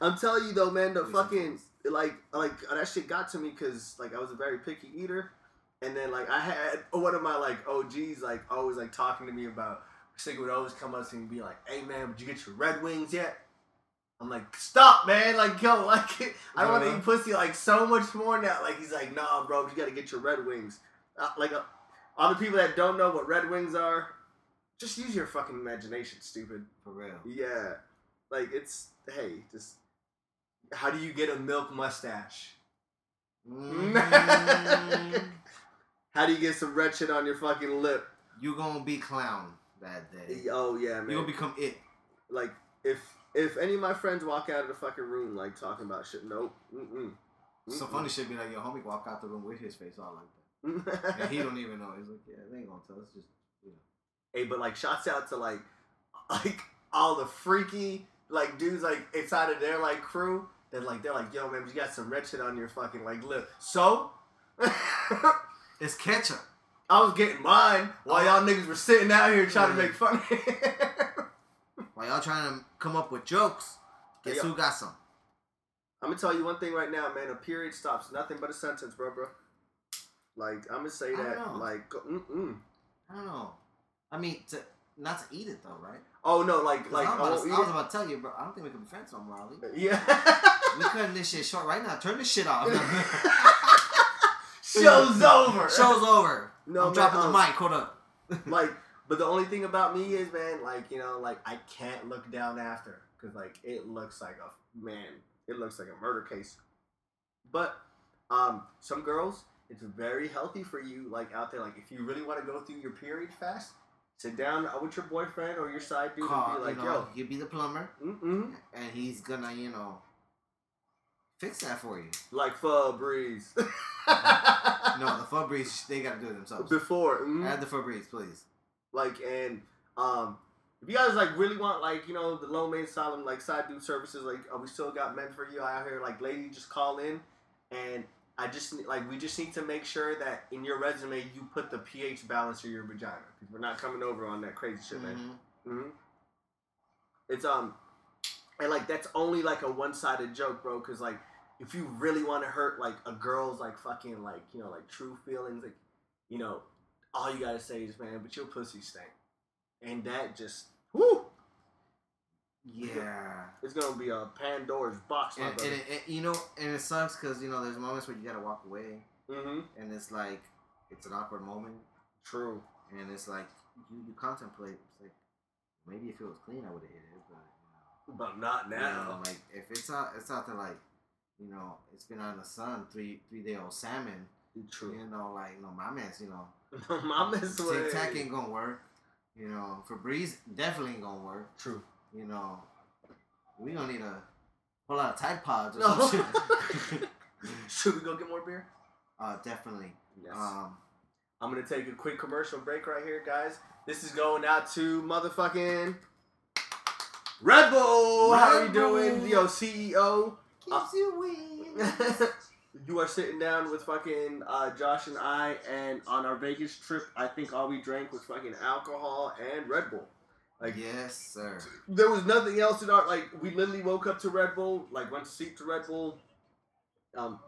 B: I'm telling you though, man, the fucking like like that shit got to me because like I was a very picky eater. And then like I had one of my like OGs like always like talking to me about Sig would always come up to me and be like, Hey man, did you get your red wings yet? I'm like, stop, man! Like, yo, like, I want to
C: Uh-huh.
B: eat pussy like so much more now. Like, he's like, nah, bro, you gotta get your red wings. Uh, like, uh, all the people that don't know what red wings are, just use your fucking imagination, stupid.
C: For real.
B: Yeah. Like it's hey, just how do you get a milk mustache?
C: Mm,
B: How do you get some red shit on your fucking lip?
C: you gonna be clown that day.
B: Oh yeah,
C: You gonna
B: man.
C: become it.
B: like if if any of my friends walk out of the fucking room like talking about shit, nope. Mm-mm.
C: So funny shit be like your homie walk out the room with his face all like that, and he don't even know. He's like, yeah, they ain't gonna tell. It's just
B: hey, but like shouts out to like like all the freaky like dudes like inside of their like crew that like they're like, yo man, you got some red shit on your fucking like lip. So I
C: it's ketchup.
B: was getting mine while y'all niggas were sitting out here trying to make fun of it.
C: While y'all trying to come up with jokes, guess
B: Yeah.
C: who got some?
B: I'm gonna tell you one thing right now, man. A period stops nothing but a sentence, bro, bro. Like I'm gonna say
C: I don't
B: that,
C: know.
B: like, go- mm-mm.
C: I don't know. I mean, to, not to eat it though, right?
B: oh no, like,
C: 'Cause
B: like,
C: I, was
B: oh,
C: about to, I was about to tell you, bro. I don't think we can be friends no more, Ali.
B: yeah,
C: We cutting this shit short right now. Turn this shit off.
B: show's over.
C: Show's over.
B: No,
C: I'm
B: man,
C: dropping the
B: um,
C: mic. Hold up.
B: like, but the only thing about me is, man, like, you know, like I can't look down after because, like, it looks like a man, it looks like a murder case. But, um, some girls, it's very healthy for you, like, out there, like, if you really want to go through your period fast, sit down uh, with your boyfriend or your side dude
C: Call,
B: and be like,
C: you know,
B: yo,
C: he'll be the plumber,
B: mm-mm,
C: and he's gonna, you know, fix that for you.
B: like Febreze.
C: No, the Febreze, they gotta do it themselves.
B: Before, mm,
C: Add the Febreze, please.
B: Like and um if you guys like really want like, you know, the low main solemn like side dude services, like uh, we still got men for you out here, like lady just call in and I just ne- like we just need to make sure that in your resume you put the pH balance of your vagina. Cause we're not coming over on that crazy shit, man.
C: Mhm.
B: hmm It's um, and like that's only like a one-sided joke, bro. Cause like if you really want to hurt like a girl's like fucking like you know like true feelings, like you know, all you gotta say is man, but your pussy stink, and that just woo,
C: Yeah.
B: it's gonna be a Pandora's box, my
C: And, and,
B: brother.
C: it, it- you know, and it sucks because you know there's moments where you gotta walk away,
B: mm-hmm.
C: and it's like it's an awkward moment,
B: True.
C: and it's like you, you contemplate. It's like maybe if it was clean, I would have hit it, but
B: But not
C: you know, you know,
B: now.
C: like if it's out, it's out there like you know it's been on the sun three three day old salmon.
B: True.
C: You know, like no, my man's you know
B: my miss
C: Tic
B: was
C: Tac ain't gonna work. You know, Febreze definitely ain't gonna work.
B: True.
C: You know, we gonna need a whole lot of Tide Pods or
B: No.
C: some shit.
B: Should we go get more beer? Uh,
C: uh, definitely.
B: Yes.
C: Um,
B: I'm gonna take a quick commercial break right here, guys. This is going out to motherfucking Red Bull. How are you
C: Red Bull.
B: doing, yo CEO? Uh,
C: you win.
B: you are sitting down with fucking uh, Josh and I, and on our Vegas trip, I think all we drank was fucking alcohol and Red Bull. Like
C: yes, sir.
B: there was nothing else in our like. We literally woke up to Red Bull, like went to sleep to Red Bull. Um,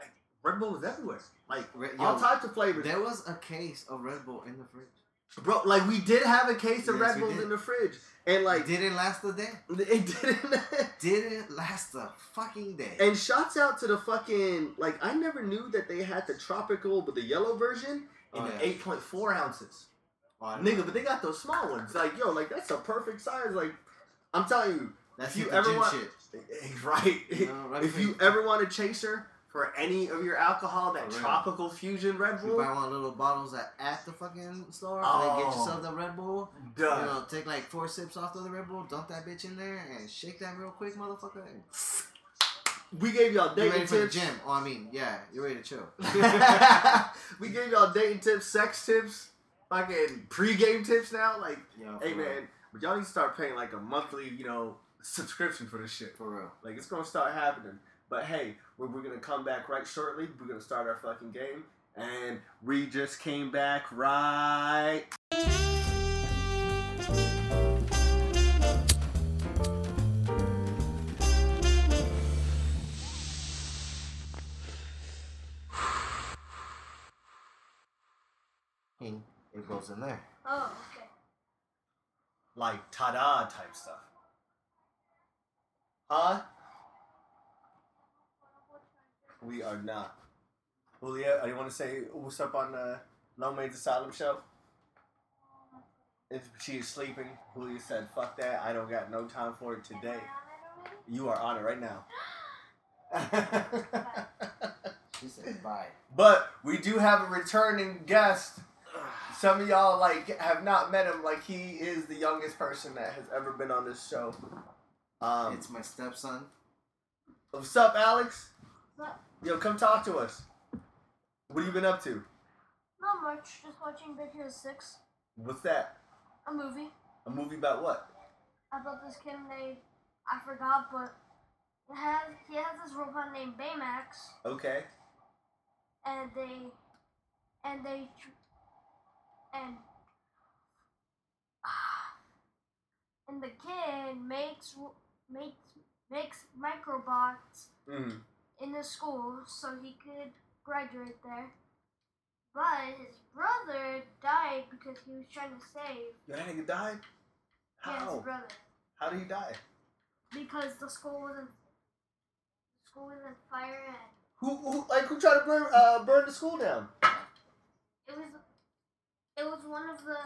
B: like Red Bull was everywhere. Like
C: Re-
B: all
C: yo,
B: types of flavors.
C: There was a case of Red Bull in the fridge.
B: Bro, like we did have a case of
C: Yes,
B: Red
C: we
B: Bulls
C: did.
B: in the fridge, and like
C: didn't last a day.
B: it didn't.
C: Didn't last a fucking day.
B: and shouts out to the fucking like I never knew that they had the tropical, but the yellow version in
C: Oh,
B: the
C: yeah.
B: eight point four ounces,
C: Oh, I know.
B: nigga. But they got those small ones. Like yo, like that's a perfect size. Like I'm telling you,
C: that's
B: if you
C: hit the
B: ever
C: gym
B: want-
C: shit.
B: right?
C: You know, right
B: if
C: before
B: you ever want a chaser for any of your alcohol, that
C: For real.
B: tropical fusion Red
C: You
B: Bull,
C: buy one of the little bottles at, at the fucking store, and then get
B: Oh.
C: yourself the Red Bull. You
B: done.
C: know, take like four sips off of the Red Bull, dump that bitch in there, and shake that real quick, motherfucker. And
B: We gave y'all
C: you
B: dating
C: ready for the
B: tips.
C: gym? Oh, I mean, yeah, you're ready to chill.
B: we gave y'all dating tips, sex tips, fucking pregame tips now. Like,
C: Yo, for
B: hey
C: real.
B: man, but y'all need to start paying like a monthly, you know, subscription for this shit.
C: For real.
B: Like, it's gonna start happening. But hey, we're, we're gonna come back right shortly. We're gonna start our fucking game. And we just came back right.
C: And it goes in there.
G: Oh, okay.
B: Like, ta da type stuff. Huh? We are not. Julia, I want to say what's up on the Low Maid's Asylum show. If she is sleeping, Julia said, fuck that. I don't got no time for it
G: Am I
B: today.
G: on it already?
B: You are on it right now.
C: She said, bye.
B: but we do have a returning guest. Some of y'all like have not met him. Like he is the youngest person that has ever been on this show. Um,
C: It's my stepson.
B: what's up, Alex? Yo, come talk to us. What have you been up to?
G: Not much. Just watching Big Hero 6,
B: What's that?
G: a movie
B: A movie about what?
G: about this kid named, I forgot, but it has, he has this robot named Baymax,
B: Okay.
G: and they, and they, tr- and, and the kid makes, ro- makes, makes microbots
B: Mm.
G: in the school so he could graduate there. But his brother died because he was trying to save
B: Yo, that nigga died.
G: yeah,
B: How?
G: his brother.
B: How did he die?
G: because the school was in the school was on fire and
B: Who, who like who tried to burn uh, burn the school down?
G: it was it was one of the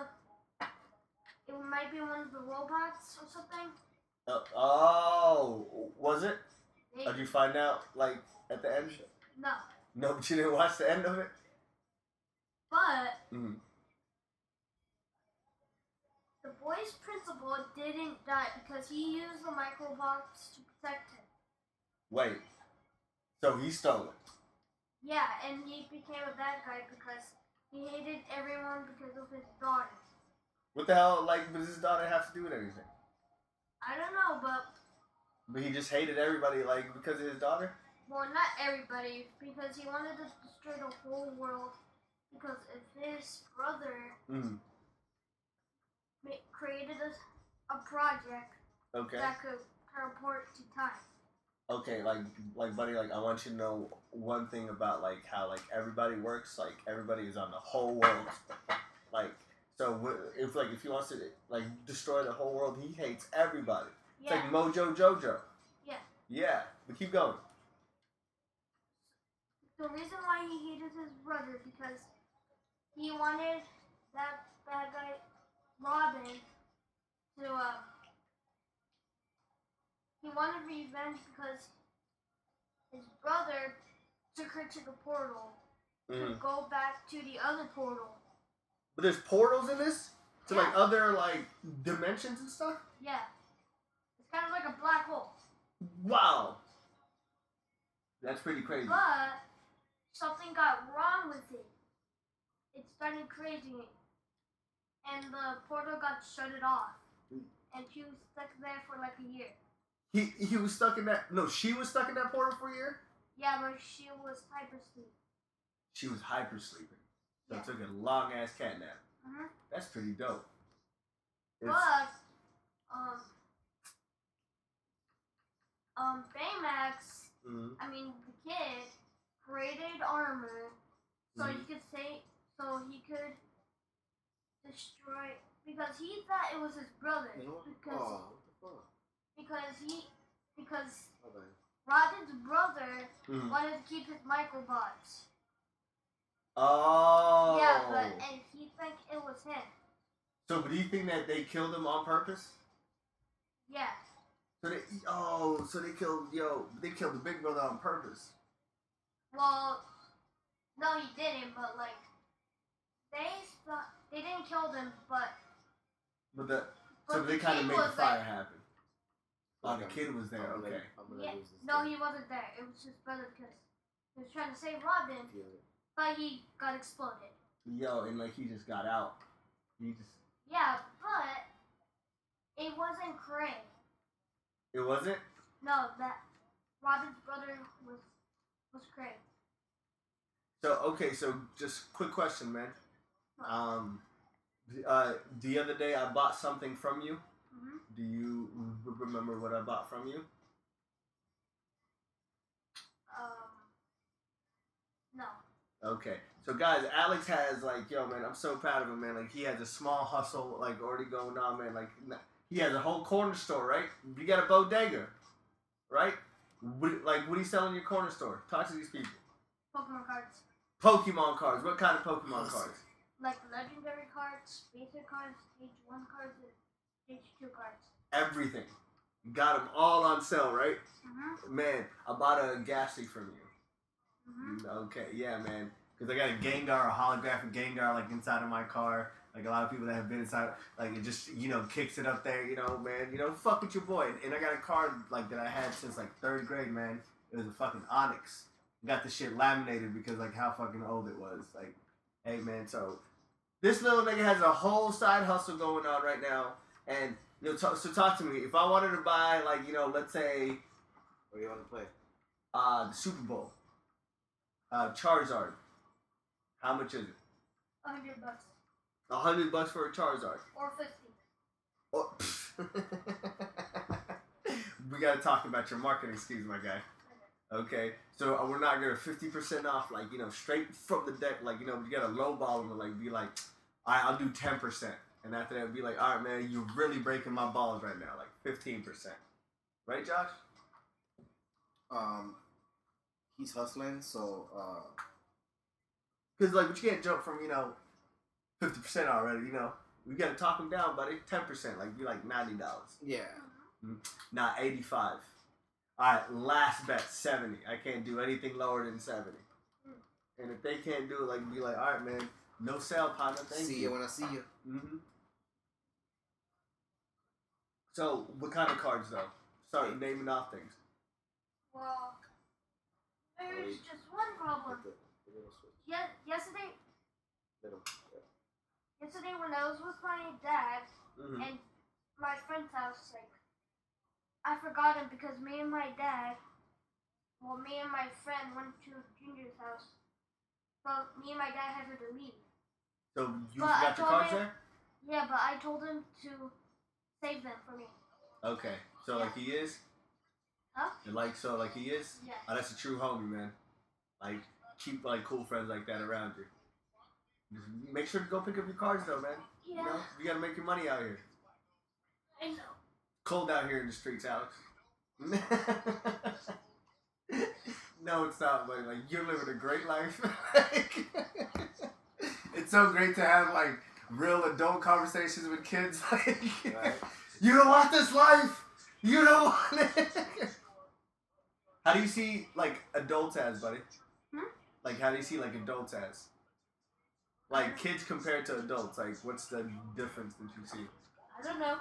G: it might be one of the robots or something.
B: Uh, oh, was it?
G: They,
B: Or did you find out like at the end?
G: no,
B: No, but you didn't watch the end of it.
G: but
B: Mm.
G: the boy's principal didn't die because he used the microbots to protect him.
B: Wait. So he stole it.
G: Yeah, and he became a bad guy because he hated everyone because of his daughter.
B: What the hell? Like, does his daughter have to do with anything?
G: I don't know, but
B: But he just hated everybody, like, because of his daughter.
G: Well, not everybody, because he wanted to destroy the whole world. Because if his brother
B: Mm.
G: ma- created a, a project
B: Okay.
G: that could teleport to time,
B: Okay. Like, like, buddy, like, I want you to know one thing about like how like everybody works. Like, everybody is on the whole world. Like, so wh- if like if he wants to like destroy the whole world, he hates everybody. It's
G: yeah,
B: like Mojo Jojo.
G: Yeah.
B: Yeah. But keep going.
G: the reason why he hated his brother because he wanted that bad guy Robin to uh he wanted revenge because his brother took her to the portal
B: Mm.
G: to go back to the other portal.
B: But there's portals in this to like
G: Yeah.
B: other like dimensions and stuff.
G: Yeah. It's kind of like a black hole.
B: Wow. That's pretty crazy.
G: But something got wrong with it. It started crazy. And the portal got shutted off. And she was stuck there for like a year.
B: He he was stuck in that. No, she was stuck in that portal for a year.
G: Yeah, but she was hypersleep.
B: She was hyper sleeping, so
G: Yeah.
B: took a long ass cat nap.
G: Mhm.
B: That's pretty dope. It's-
G: But, um, um, Baymax,
B: Mhm.
G: I mean, the kid, created armor so
B: Mhm.
G: he could say, so he could destroy, because he thought it was his brother.
C: You know?
G: Because
C: Oh, what the fuck?
G: because he because
C: Hold on.
G: Robin's brother
C: Hmm.
B: Mhm.
G: wanted to keep his microbots.
B: Oh.
G: Yeah, but and he think it was him.
B: so, but do you think that they killed him on purpose?
G: Yeah.
B: So they oh, so they killed yo, they killed the big brother on purpose.
G: Well, no, he didn't. But like, they thought they didn't kill them, but
B: But the
G: but
B: so
G: the
B: they kind of
G: kid
B: made the
G: was,
B: fire
G: Like,
B: happen. Oh, the kid was there.
C: I'm gonna-
B: Okay.
C: I'm gonna
G: Yeah,
C: lose this
G: no,
C: thing.
G: he wasn't there. It was his brother because he was trying to save Robin,
C: Feel it.
G: but he got exploded.
B: Yo, and like he just got out. He just
G: Yeah, but it wasn't great.
B: it wasn't.
G: No, that Robin's brother was was great.
B: So okay, so just quick question, man. Um, th- uh, the other day I bought something from you.
G: hmm
B: Do you r- remember what I bought from you?
G: Um, no.
B: Okay, so guys, Alex has like, yo, man, I'm so proud of him, man. Like he has a small hustle, like already going on, man. Like n- he has a whole corner store, right? You got a bodega, right? What, like what do you sell in your corner store? Talk to these people.
G: Pokemon cards,
B: Pokemon cards. What kind of Pokemon cards?
G: like legendary cards, basic cards, stage one cards, and stage two cards.
B: Everything. Got them all on sale, right?
G: Mm-hmm.
B: Man, I bought a Ghastly from you.
G: Mm-hmm.
B: Okay, yeah, man. 'Cause because I got a Gengar, a holographic Gengar, like inside of my car. Like a lot of people that have been inside, like it just you know kicks it up there. You know, man, you know, fuck with your boy. And I got a car like that I had since like third grade, man. It was a fucking Onyx. Got the shit laminated because like how fucking old it was. Like, hey man, so this little nigga has a whole side hustle going on right now. And you know, talk, so talk to me. If I wanted to buy like you know, let's say
C: What do you want to play?
B: uh, the Super Bowl, uh, Charizard, how much is it?
G: A hundred bucks
B: A hundred bucks for a Charizard.
G: or fifty.
B: Oh, we gotta talk about your marketing skills, my guy. Okay, so uh, we're not gonna fifty percent off, like you know, straight from the deck. Like you know, you gotta lowball them and like be like, all right, I'll do ten percent, and after that, be like, all right, man, you're really breaking my balls right now, like fifteen percent, right, Josh?
C: Um, he's hustling, so uh,
B: Because like, but you can't jump from you know, fifty percent already. You know, we gotta talk them down, buddy. Ten percent, like be like ninety dollars.
C: yeah.
B: Nah, 85. All right, last bet, 70. I can't do anything lower than 70. And if they can't do it, like, be like, all right, man, no sale, partner. Thank
C: see you.
B: you.
C: when I see you.
B: hmm So, what kind of cards, though? Start naming off things.
G: Well, there's just one problem. Yes, yesterday. Yesterday, when I was with my dad
B: hmm
G: and my friend's house, like I forgot him because me and my dad, well, me and my friend went to Junior's house, but me and my dad had to leave.
B: So, you
G: Well, I
B: got your
G: told
B: cards
G: him-
B: there?
G: Yeah, but I told him to save them for me.
B: Okay. So, like, he is?
G: Huh?
B: And, like, so, like, he is?
G: Yeah.
B: Oh, that's a true homie, man. Like, keep, like, cool friends like that around you. Just make sure to go pick up your cards, though, man. You know,
G: Yeah,
B: you gotta make your money out here.
G: I know.
B: Cold out here in the streets, Alex. no, it's not, buddy. Like you're living a great life. it's so great to have like real adult conversations with kids. Like,
F: Right.
B: you don't want this life. You don't want it. How do you see like adults as, buddy?
G: Hmm?
B: Like, how do you see like adults as? Like kids compared to adults. Like, what's the difference that you see?
G: I don't know.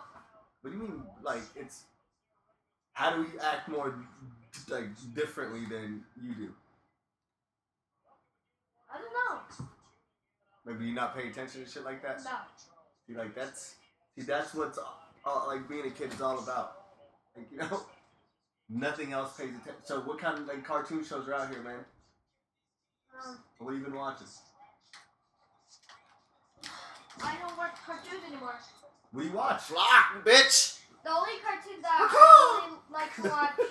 B: What do you mean? Like it's how do we act more d- like differently than you do?
G: I don't know.
B: Maybe you're not paying attention to shit like that.
G: No.
B: You're like that's see that's what's all, all, like being a kid is all about. Like you know, nothing else pays attention. So what kind of like cartoon shows are out here, man?
G: Um,
B: What have you been watching?
G: I don't watch cartoons anymore.
B: What do you watch?
C: Block, bitch.
G: The only cartoon that I really like to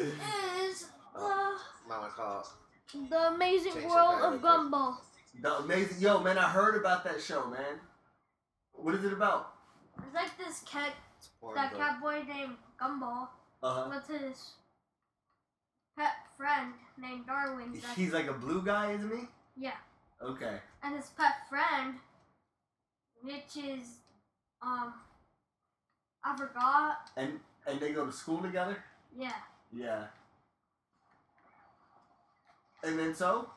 G: watch is uh,
C: Mama called.
G: The
C: Change
G: Amazing
C: it
G: World
C: back
G: of
C: real quick.
G: Gumball.
B: The amazing yo man, I heard about that show, man. What is it about?
G: It's like this cat,
C: It's porn,
G: that
C: bro.
G: cowboy named Gumball
B: Uh huh.
G: with his pet friend named Darwin. that-
B: He's like a blue guy, isn't he?
G: yeah,
B: Okay.
G: and his pet friend, which is um, I forgot.
B: And and they go to school together.
G: Yeah,
B: Yeah. And then so?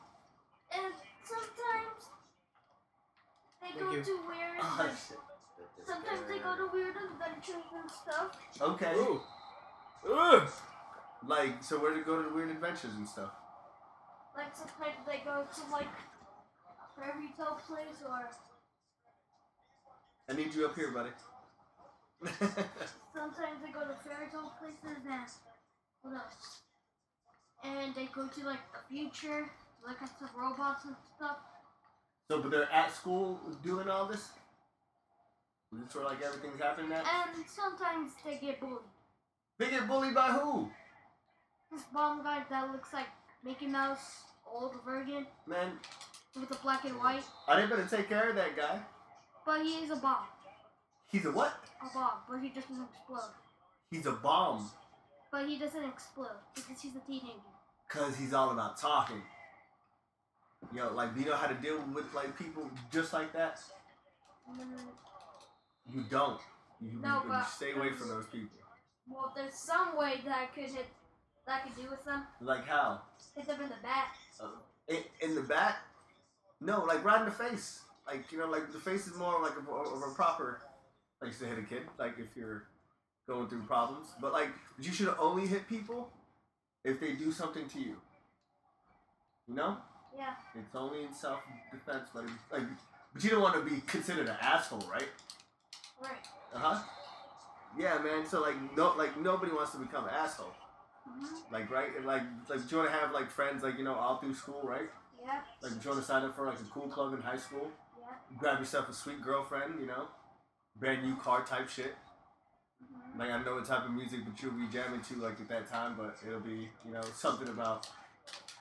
G: and sometimes they go
C: you.
G: to weird.
B: Oh,
G: like, Sometimes they go to weird adventures and stuff.
B: Okay.
F: Ooh.
B: Like, so where to go to weird adventures and stuff?
G: Like sometimes they go to like fairy tale place or
B: I need you up here, buddy.
G: sometimes they go to fairy tale places and what else? And they go to like the future, look at the robots and stuff.
B: so, but they're at school doing all this? Is this where, like, everything's happening at?
G: And sometimes they get bullied.
B: They get bullied by who?
G: This bomb guy that looks like Mickey Mouse, old virgin,
B: Man,
G: with the black and white.
B: I didn't better take care of that guy.
G: But he is a bomb.
B: He's a what?
G: A bomb, but he doesn't explode.
B: He's a bomb.
G: But he doesn't explode because he's a teenager.
B: Cause he's all about talking. Yo, like, do you know how to deal with, like, people just like that?
G: And then
B: You don't. You,
G: No,
B: you
G: but-
B: stay away from those people.
G: Well, there's some way that I could hit, that I could do with them.
B: Like how?
G: Hit them in the back.
B: Uh, in, in the back. No, like right in the face. Like you know, like the face is more like a, of a proper. Like you should hit a kid, like if you're going through problems. But like you should only hit people if they do something to you. You know,
G: Yeah.
B: it's only in self defense. Like, like, but you don't want to be considered an asshole, right?
G: Right.
B: Uh huh. Yeah, man. So like, no, like nobody wants to become an asshole.
G: hmm
B: Like, right? And, like, like, do you want to have like friends, like you know, all through school, right?
G: Yeah.
B: Like, do you want to sign up for like a cool club in high school?
G: Yeah.
B: Grab yourself a sweet girlfriend, you know, brand new car type shit.
G: hmm
B: Like, I know what type of music that you'll be jamming to like at that time, but it'll be you know something about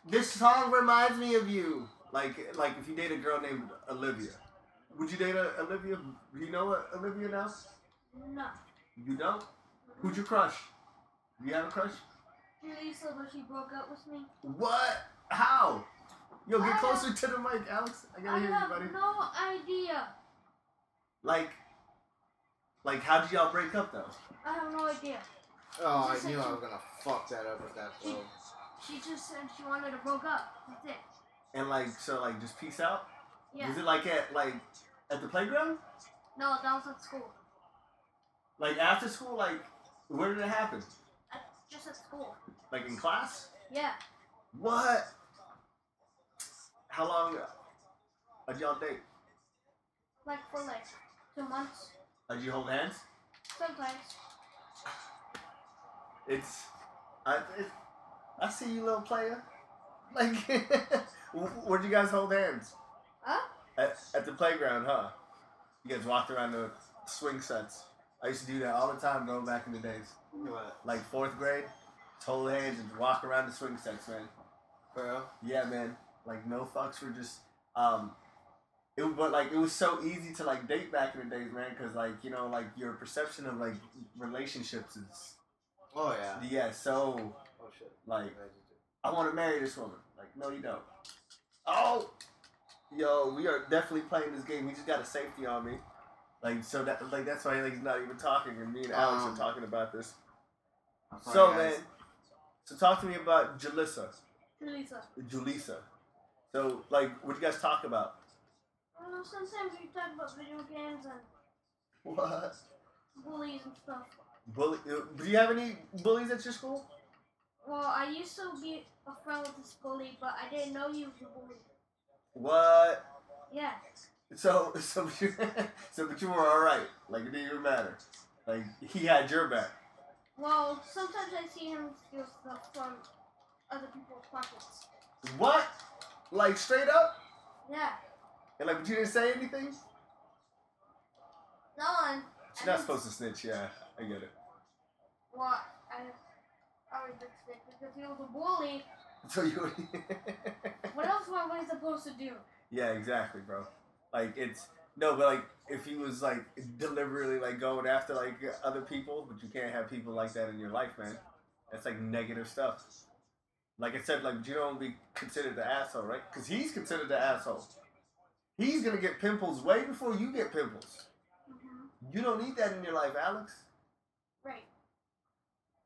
B: this song reminds me of you. Like, like if you date a girl named Olivia, would you date a Olivia? Do you know a Olivia now?
G: No.
B: You don't. Who'd you crush? You have a crush?
G: Julie said when she broke up with me.
B: What? How? Yo,
G: I
B: get
G: have-
B: closer to the mic, Alex. I
G: I
B: gotta hear you,
G: have
B: buddy.
G: no idea.
B: Like, like, how did y'all break up though?
G: I have no idea.
C: Oh,
G: She
C: I
G: said
C: knew I
G: she-
C: was gonna fuck that up with that
G: She,
C: flow.
B: Oh.
G: she just said she wanted to broke up. That's it.
B: And like, so like, just peace out.
G: Yeah.
B: Was it like at like at the playground?
G: No, that was at school.
B: Like after school? Like, where did it happen?
G: At, just at school.
B: Like in class?
G: Yeah.
B: What? How long? Did y'all date?
G: Like for like two months.
B: Did you hold hands?
G: Sometimes.
B: It's, I, it, I see you, little player. Like, wh- where'd you guys hold hands?
G: Huh?
B: At, at the playground, huh? You guys walked around the swing sets. I used to do that all the time going back in the days.
C: What?
B: Like fourth grade, just hold hands and walk around the swing sets, man.
C: Bro?
B: Yeah, man. Like no fucks were just um it but like it was so easy to like date back in the days, man, cuz like, you know, like your perception of like relationships is
C: Oh, yeah.
B: yeah, so
C: Oh, shit.
B: like I want to marry this woman. Like, no, you don't. Oh, yo, we are definitely playing this game. We just got a safety on me. Like, so that, like, that's why like, he's not even talking, and me and Alex
C: Um,
B: are talking about this.
C: I'm sorry,
B: So,
C: guys.
B: man, so talk to me about Julissa.
G: Lisa.
B: Julissa. So, like, what you guys talk about?
G: I don't know, sometimes we talk about video games and
B: What?
G: bullies and stuff.
B: Bully? uh, Do you have any bullies at your school?
G: Well, I used to be a friend with this bully, but I didn't know he was a bully.
B: What?
G: Yeah.
B: So, so, but you, so, but you were all right. Like, it didn't even matter. Like, he had your back.
G: Well, sometimes I see him steal stuff from other people's pockets.
B: What? Like, straight up?
G: Yeah.
B: And like, but you didn't say anything.
G: No one.
B: She's not supposed to snitch. Yeah, I get it.
G: Well, I, I was sick because he was a bully.
B: So you.
G: What else am I supposed to do?
B: yeah, exactly, bro. Like it's no, but like if he was like deliberately like going after like other people, but you can't have people like that in your life, man. That's like negative stuff. Like I said, like you don't be considered the asshole, right? Because he's considered the asshole. He's gonna get pimples way before you get pimples.
G: hmm
B: You don't need that in your life, Alex.
G: Right.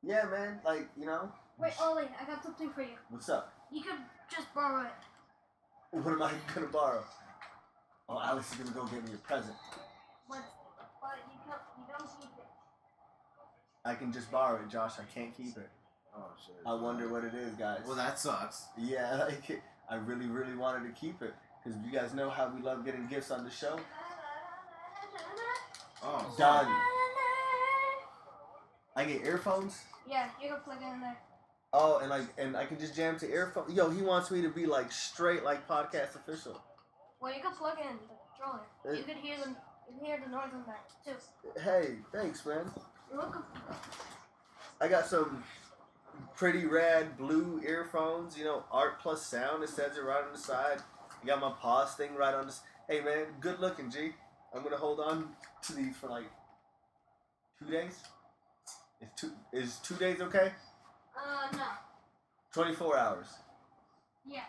B: Yeah, man. Like you know,
G: Wait, oh. Ollie, I got something for you.
B: what's up?
G: You could just borrow it.
B: What am I gonna borrow? Oh, Alex is gonna go get me a present.
G: But, but you, can't, you don't need it.
B: I can just borrow it, Josh. I can't keep it.
C: Oh, shit.
B: I wonder what it is, guys.
C: Well, that sucks.
B: yeah, like I really, really wanted to keep it because you guys know how we love getting gifts on the show.
C: Oh,
B: Done. I get earphones.
G: Yeah, you can plug it in there.
B: Oh, and like, and I can just jam to earphones. Yo, he wants me to be like straight, like podcast official.
G: Well, you can plug in the controller. You could hear them. You can hear the noise on that too.
B: Hey, thanks, man.
G: Look,
B: I got some pretty rad blue earphones, you know, art plus sound. It says it right on the side. I got my pause thing right on this. Hey, man, good looking, G. I'm gonna hold on to these for like two days. Is two is two days okay?
G: uh, no.
B: Twenty four hours.
G: Yeah.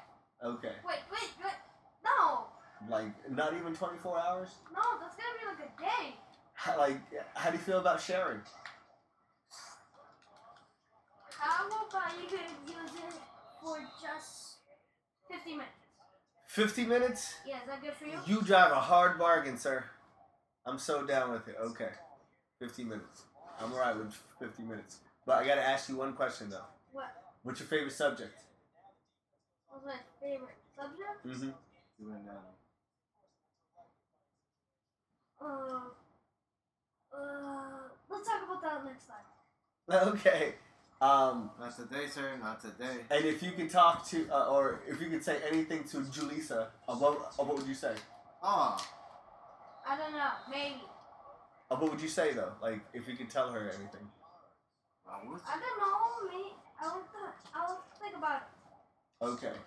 B: Okay.
G: Wait, wait, wait. No,
B: Like not even twenty four hours.
G: no. That's gonna be like a day.
B: How, like how do you feel about sharing?
G: How about you could use it for just fifty minutes?
B: Fifty minutes.
G: Yeah, is that good for you?
B: You drive a hard bargain, sir. I'm so down with it. Okay. 50 minutes. I'm alright with 50 minutes. But I gotta ask you one question, though.
G: What
B: What's your favorite subject?
G: was my favorite subject?
B: Mm-hmm.
C: Doing that.
G: Uh, uh, let's talk about that next time.
B: Okay. Um,
C: Not today, sir. Not today.
B: and if you can talk to, uh, or if you could say anything to Julissa, uh, what, uh, what would you say?
C: Oh,
G: I don't know. Maybe.
B: Uh, what would you say, though? Like, if you could tell her anything.
G: I don't know. Maybe. I'll, th- I'll think about it.
B: Okay.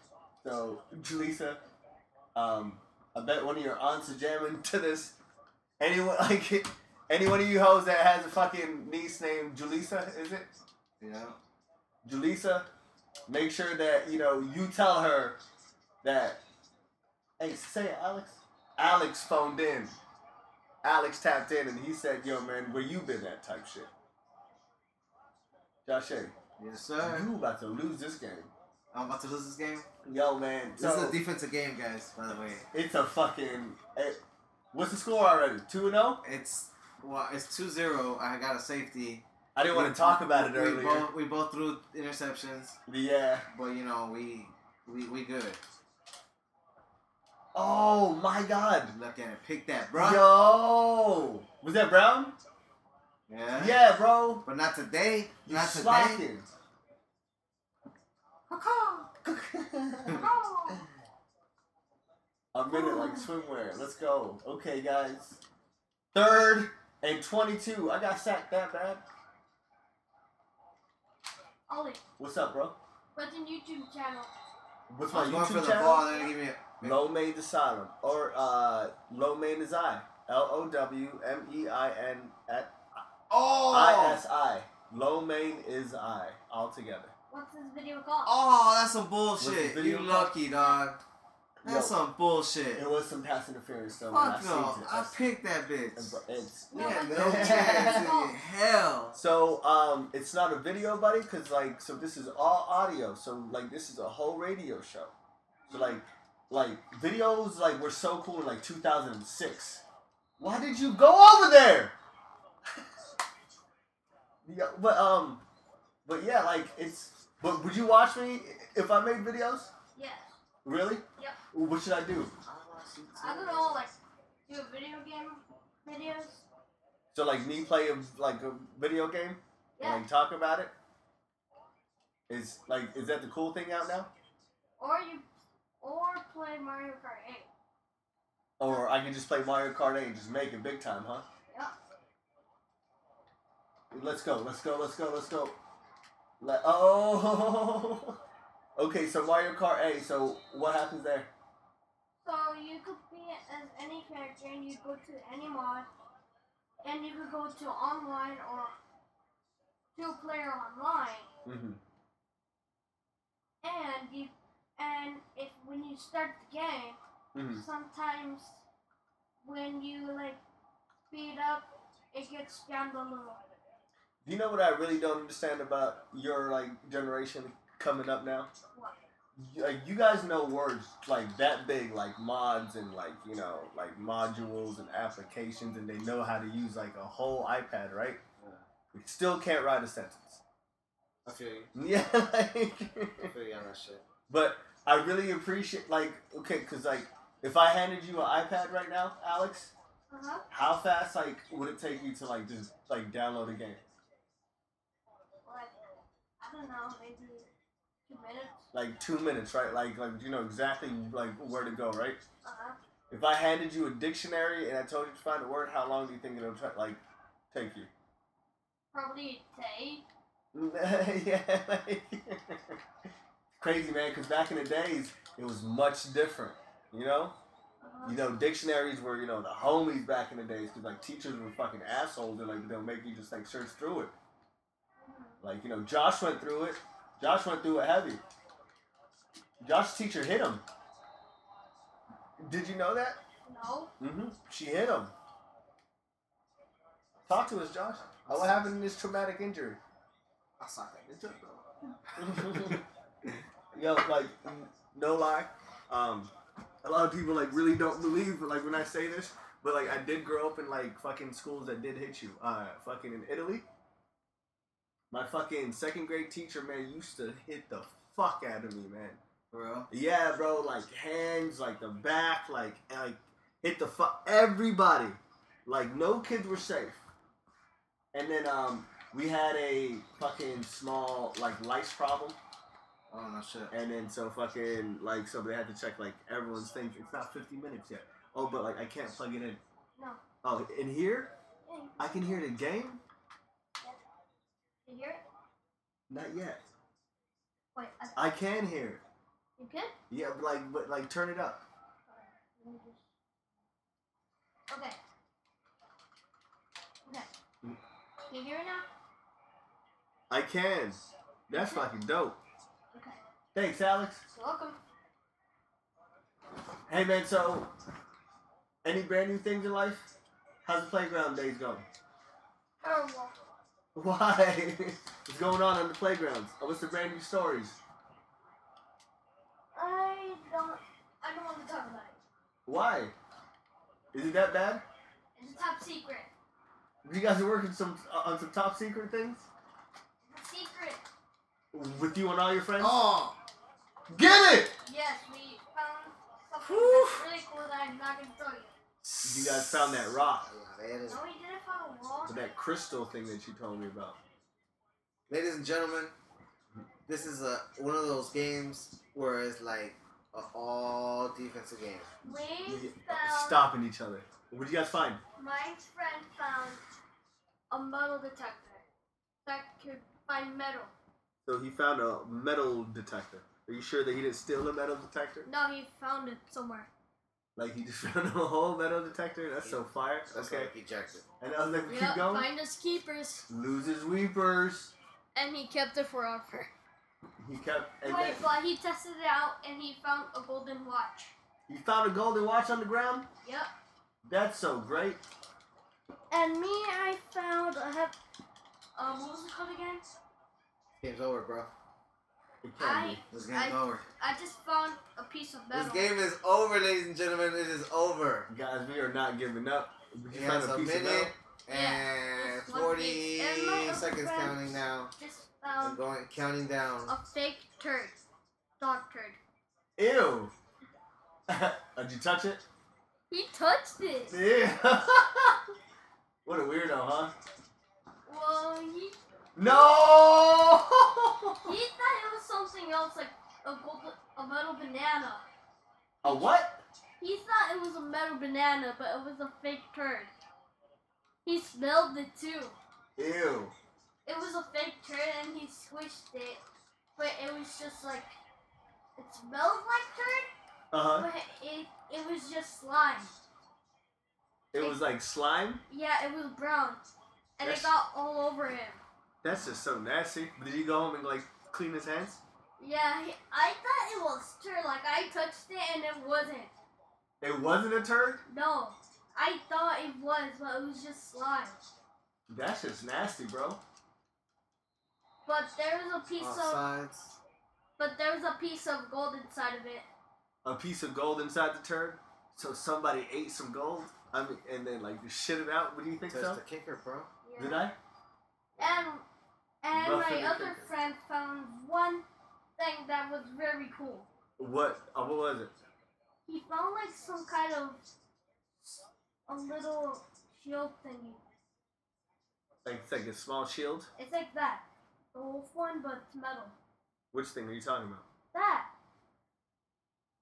B: So, Julissa, um, I bet one of your aunts are jamming to this. Anyone, like, any one of you hoes that has a fucking niece named Julissa, is it?
C: yeah.
B: Julissa, make sure that, you know, you tell her that, hey, say it, Alex. Alex phoned in. Alex tapped in and he said, yo, man, where you been at type shit. Josh, hey,
C: Yes, sir.
B: you about to lose this game.
C: I'm about to lose this game.
B: Yo, man.
C: This
B: so-
C: is a defensive game, guys. By the way,
B: It's a fucking. eh, what's the score already? Two and oh? zero.
C: it's well, it's 2-0. I got a safety.
B: I didn't want to talk about it
C: we
B: earlier.
C: Both, we both threw interceptions,
B: But yeah.
C: but you know we we we good.
B: Oh my god.
C: Look at it. Pick that, bro.
B: Yo. Was that Brown?
C: Yeah.
B: Yeah, bro.
C: But not today.
B: You
C: Uh-huh. not today.
B: slacking.
G: Oh,
B: I'm in it like swimwear. Let's go. Okay, guys. Third and twenty-two. I got sacked that bad.
G: Ollie,
B: What's up, bro?
G: what's your YouTube channel?
B: What's
C: I
B: my
C: was going
B: YouTube
C: for the
B: channel?
C: ball. Then give me a
B: Low Main to Sodom. Or uh Low Main is I. L O W M E I N at I
C: oh
B: S I. Low Main is I. All together.
G: What's this video called?
C: oh. That's some
B: Was the
C: bullshit.
B: video
C: You lucky dog. That's
B: Yo,
C: some bullshit.
B: It was some pass interference though.
C: Fuck
B: when
C: no.
B: I
C: I
B: seen it.
C: picked that
B: And
C: bitch.
B: bro- it's-
G: No,
C: Yeah,
G: that's
C: no
G: not-
C: chance in hell.
B: So um, it's not a video, buddy, because like, so this is all audio. So like, this is a whole radio show. So like, like videos like were so cool in like 2006. Why did you go over there? yeah, but um, but yeah, like it's. But would you watch me if I made videos?
G: Yes.
B: Really?
G: Yep.
B: What should I do?
G: I don't know, like, do a video game videos?
B: So like me play a, like a video game
G: Yeah.
B: and like talk about it. Is like is that the cool thing out now?
G: Or you, or play Mario Kart 8.
B: Or I can just play Mario Kart 8 and just make it big time, huh?
G: Yeah.
B: Let's go, let's go, let's go, let's go. Let, oh. Okay, so Mario Kart 8. So what happens there?
G: So you could be as any character and you go to any mod and you could go to online or two player online
B: Mm-hmm.
G: and you and if when you start the game
B: Mhm.
G: sometimes when you like speed up it gets down a little.
B: Do you know what I really don't understand about your like generation coming up now?
G: What?
B: You- Like you guys know words like that big, like mods and like you know like modules and applications, and they know how to use like a whole iPad, right? We still can't write a sentence.
C: I feel you.
B: Yeah, like,
C: I feel you on that shit.
B: but I really appreciate like okay, cause like if I handed you an iPad right now, Alex,
G: Uh-huh.
B: how fast like would it take you to like just like download a game?
G: Like I don't know, maybe two minutes.
B: Like two minutes, right? Like like you know exactly like where to go, right?
G: Uh-huh.
B: If I handed you a dictionary and I told you to find a word, how long do you think it'll ta- like take you?
G: Probably day.
B: yeah, like, crazy man. Because back in the days, it was much different. You know,
G: Uh-huh.
B: you know, dictionaries were you know the homies back in the days. Because like teachers were fucking assholes and like they'll make you just like search through it. Like you know, Josh went through it. Josh went through it heavy. Josh's teacher hit him. Did you know that?
G: No.
B: Mm-hmm. She hit him. Talk to us, Josh. Oh, what happened in this traumatic injury?
C: I saw that bitch up, bro.
B: Yo, like, no lie. Um, a lot of people like really don't believe like when I say this, but like I did grow up in like fucking schools that did hit you. Uh, fucking in Italy, my fucking second grade teacher man used to hit the fuck out of me, man.
C: For real?
B: Yeah, bro, like hands, like the back, like like hit the fuck everybody. Like no kids were safe. And then um we had a fucking small like lice problem.
C: Oh no shit.
B: And then so fucking like so they had to check like everyone's things. It's not 50 minutes yet. Oh, but like I can't plug it in.
G: No.
B: Oh, in here
G: Yeah, you
B: I can hear the game.
G: can hear it?
B: Not yet.
G: Wait, I,
B: I can hear.
G: you good?
B: it. Yeah, but, like but like turn it up.
G: Let me just- Okay. Okay. Can you hear it now?
B: I can. That's fucking dope.
G: Okay.
B: Thanks, Alex.
G: You're welcome.
B: Hey man, so any brand new things in life? How's the playground days going?
G: Terrible.
B: Why? What's going on on the playgrounds? Oh, what's the brand new stories?
G: I don't. I don't want to talk about it.
B: Why? Is it that bad?
G: It's a top secret.
B: You guys are working some uh, on some top secret things
G: It's a secret.
B: with you and all your friends.
C: Oh,
B: Get it!
G: Yes, we found something that's really cool that I'm not gonna tell you.
B: You guys found that rock,
C: ladies,
G: No, we didn't find a wall.
B: or that crystal thing that you told me about.
C: ladies and gentlemen, this is a one of those games where it's like a all defensive game.
G: We
B: Yeah,
G: found.
B: Stopping each other. What did you guys find?
G: My friend found a metal detector that could find metal.
B: So he found a metal detector. Are you sure that he didn't steal a metal detector?
G: No, he found it somewhere.
B: Like he just found a whole metal detector. That's so fire.
C: That's
B: okay.
C: why he jacked it.
B: And I was like, keep
G: Yep,
B: going.
G: find us keepers.
B: Loses weepers.
G: And he kept it forever.
B: He kept. And
G: Wait,
B: then
G: but he tested it out and he found a golden watch.
B: you found a golden watch on the ground.
G: Yep.
B: That's so great.
G: And me, I found a hep. Um, what was it called again?
C: Game's over, bro.
B: It can
G: I
C: This game's
G: I-
C: over.
G: I just found a piece of metal.
C: This game is over, ladies and gentlemen. It is over.
B: be. Guys, we are not giving up. We
C: He
B: just found
C: has
B: a
C: a
B: piece of metal.
C: minute and
G: it's one
C: forty
G: piece. And my other
C: seconds
G: friend-
C: counting now.
G: Just
C: I'm
G: found
C: going counting down.
G: a fake turd, dog turd.
B: Ew. Did you touch it?
G: He touched it.
B: Ew. what a weirdo, huh?
G: Well, he
B: No.
G: He thought it was something else, like a gold, a metal banana.
B: a what?
G: He thought it was a metal banana, but it was a fake turd. He smelled it too.
B: Ew.
G: It was a fake turd, and he squished it, but it was just like it smelled like turd,
B: Uh huh.
G: but it it was just slime.
B: It was like slime.
G: Yeah, it was brown, and
B: Yes.
G: it got all over him.
B: That's just so nasty. Did he go home and like clean his hands?
G: Yeah, he, I thought it was turd. Like I touched it, and it wasn't.
B: It wasn't a turd.
G: No, I thought it was, but it was just slime.
B: That's just nasty, bro.
G: But there was a piece
C: All
G: of
C: sides.
G: but there was a piece of gold inside of it.
B: a piece of gold inside the turd. So somebody ate some gold. I mean, and then like just shit it out. What do you think
C: Touch
B: so?
C: the kicker, bro.
B: Did I?
G: And Um, and
B: Rough in
G: my
B: the
G: other
B: paper.
G: friend found one thing that was very cool.
B: What? Uh, what was it?
G: He found like some kind of a little shield thingy.
B: Like it's like a small shield.
G: It's like that, the wolf one, but it's metal.
B: Which thing are you talking about?
G: That.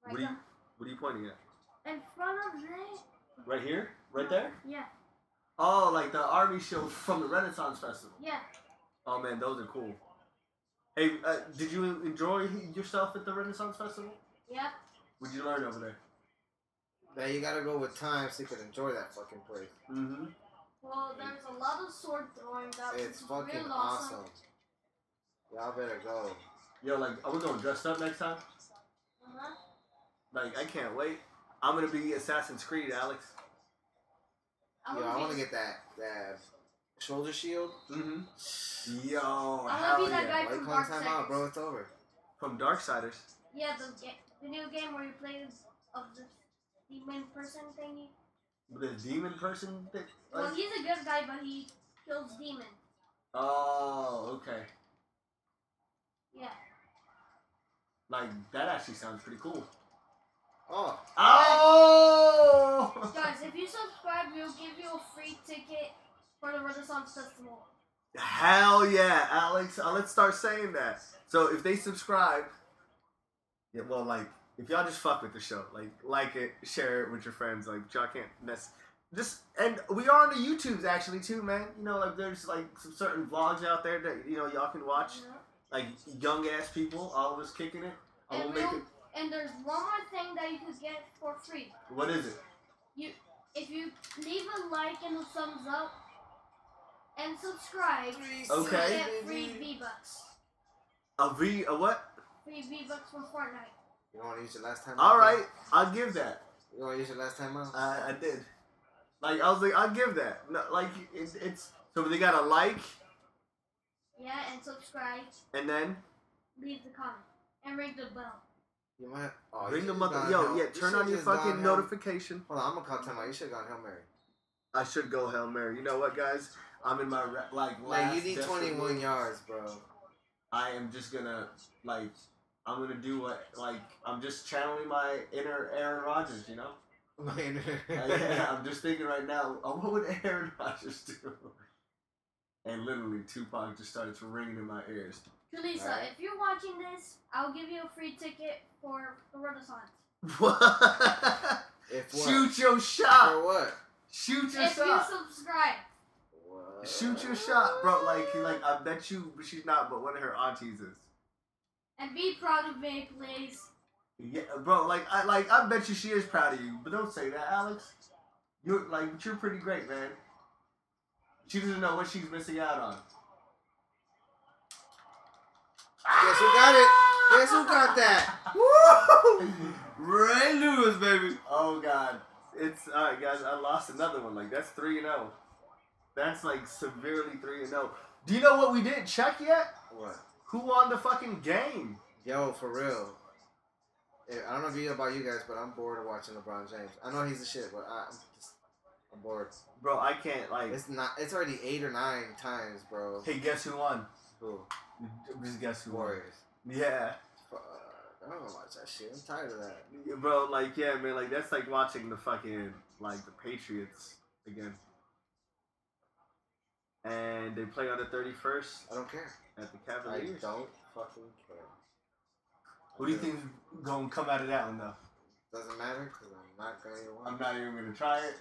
B: What
G: Right
B: are you
G: there.
B: What are you pointing at?
G: In front of it.
B: Right here? Right there?
G: Yeah,
B: Oh, like the army shield from the Renaissance Festival.
G: yeah.
B: Oh man, those are cool. Hey, uh, did you enjoy yourself at the Renaissance Festival?
G: Yep.
B: What'd you learn over there?
C: Now you gotta go with time so you can enjoy that fucking place.
B: Mm-hmm.
G: Well, there's a lot of sword throwing that
C: It's
G: was
C: fucking
G: Uh, real
C: awesome. Y'all better go.
B: Yo, like, are we gonna dress up next time?
G: Uh-huh.
B: Like, I can't wait. I'm gonna be Assassin's Creed, Alex.
G: I
C: Yo,
G: wanna
C: I
G: be-
C: wanna get that that shoulder shield.
B: Mm-hmm. Yo,
G: I wanna
B: hell
G: be that
B: yeah.
G: guy
C: Why you
G: from
C: calling
G: Dark
C: time out, bro? It's over.
B: From Darksiders.
G: Yeah, the, ga- the new game where you play as of the demon person thingy.
B: The demon person. That,
G: Well,
B: like-
G: he's a good guy, but he kills demons.
B: oh, okay.
G: Yeah.
B: Like that actually sounds pretty cool.
C: Oh,
B: Oh!
G: Guys, if you subscribe, we'll give you a free ticket for the Renaissance Festival.
B: Hell yeah, Alex. Uh, let's start saying that. So if they subscribe, yeah, well, like if y'all just fuck with the show, like like it, share it with your friends. Like y'all can't mess. Just and we are on the YouTubes actually too, man. You know, like there's like some certain vlogs out there that you know y'all can watch.
G: you know?
B: Like young ass people, all of us kicking it. I will
G: And,
B: make
G: we'll,
B: it.
G: and there's one more thing that you could get for free.
B: What is it?
G: If you leave a like and a thumbs up and subscribe,
B: Okay.
G: you get free V-Bucks.
B: A V? A what?
G: Free V-Bucks from Fortnite.
C: you want to use your last time?
B: All right, I'll give that.
C: You want to use your last time out?
B: I, I did. Like I was like, I'll give that. No, like it, it's so they got a like
G: Yeah, and subscribe,
B: and then
G: leave the comment, and ring the bell.
C: You might. Oh,
B: ring the
C: you should've
B: mother.
C: gone
B: Yo,
C: Hail-
B: yeah,
C: you
B: turn on
C: should've
B: your
C: just gone
B: fucking
C: Hail-
B: notification.
C: Hold on, I'm gonna call time out. You should have gone Hail Mary.
B: I should go hail mary. You know what, guys? I'm in my ra- like last.
C: Like you need
B: desperate
C: 21
B: move.
C: yards, bro.
B: I am just gonna like. I'm gonna do what like I'm just channeling my inner Aaron Rodgers. You know. Uh, yeah, I'm just thinking right now, uh, what would Aaron Rodgers do? And literally, Tupac just started to ringing in my ears.
G: Julissa,
C: Alright.
G: if you're watching this, I'll give you a free ticket for the Renaissance.
B: What?
C: If what?
B: Shoot your
C: For
B: shot.
C: what?
B: Shoot your
G: If you
B: shot.
G: subscribe,
C: What?
B: Shoot your shot, bro. Like, like I bet you she's not, but one of her aunties is.
G: and be proud of me, please.
B: Yeah, bro. Like, I like I bet you she is proud of you, but don't say that, Alex. You're like, but you're pretty great, man. She doesn't know what she's missing out on.
C: Guess who got it? Guess who got that? Woo! Ray Lewis, baby.
B: Oh God, it's all right, guys. I lost another one. Like that's three and zero. That's like severely three and zero. Do you know what we didn't check yet?
C: What?
B: Who won the fucking game?
C: Yo, for real. Eh, I don't know if you about you guys, but I'm bored of watching LeBron James. I know he's the shit, but I, I'm just I'm bored.
B: Bro, I can't. Like,
C: It's not. It's already eight or nine times, bro.
B: hey, guess who won?
C: Cool.
B: Just guess who won?
C: Warriors.
B: Yeah,
C: Fuck. I don't wanna watch that shit. I'm tired of that.
B: bro. Like, yeah, man. Like that's like watching the fucking like the Patriots again. And they play on the thirty first
C: I don't care.
B: at the
C: I
B: Cavaliers.
C: don't fucking care.
B: Who do you think's gonna come out of that one though?
C: Doesn't matter because I'm not going to watch.
B: I'm not even gonna try it.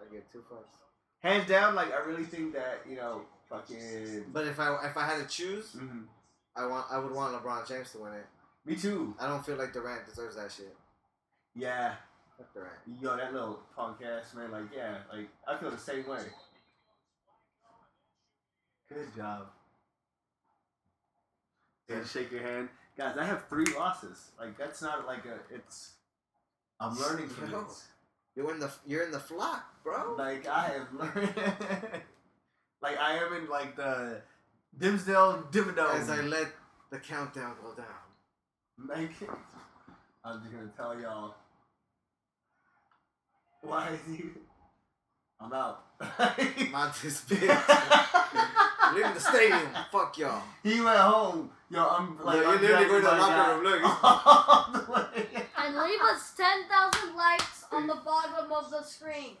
C: I get two fucks.
B: hands down, like I really think that you know, fucking.
C: But if I if I had to choose,
B: Mhm.
C: I want I would want LeBron James to win it.
B: Me too.
C: I don't feel like Durant deserves that shit.
B: Yeah,
C: Fuck Durant.
B: yo, that little punk ass man. Like, yeah, like I feel the same way. Good job. And shake your hand, guys. I have three losses. Like that's not like a. It's. I'm learning from
C: Yo.
B: this.
C: You're in the you're in the flock, bro.
B: Like I have learned. like I am in like the Dimsdale Dividend.
C: As I let the countdown go down.
B: Make it. I'm just gonna tell y'all. Why is he? I'm out.
C: I'm out this bitch. Leave the stadium. Fuck y'all.
B: he went home. Yo, I'm like,
C: Look,
B: I'm
C: he literally
B: dragging
C: go to the
B: my
C: locker
B: guy
C: room, look.
B: all the way.
G: And leave us 10,000 likes on the bottom of the screen.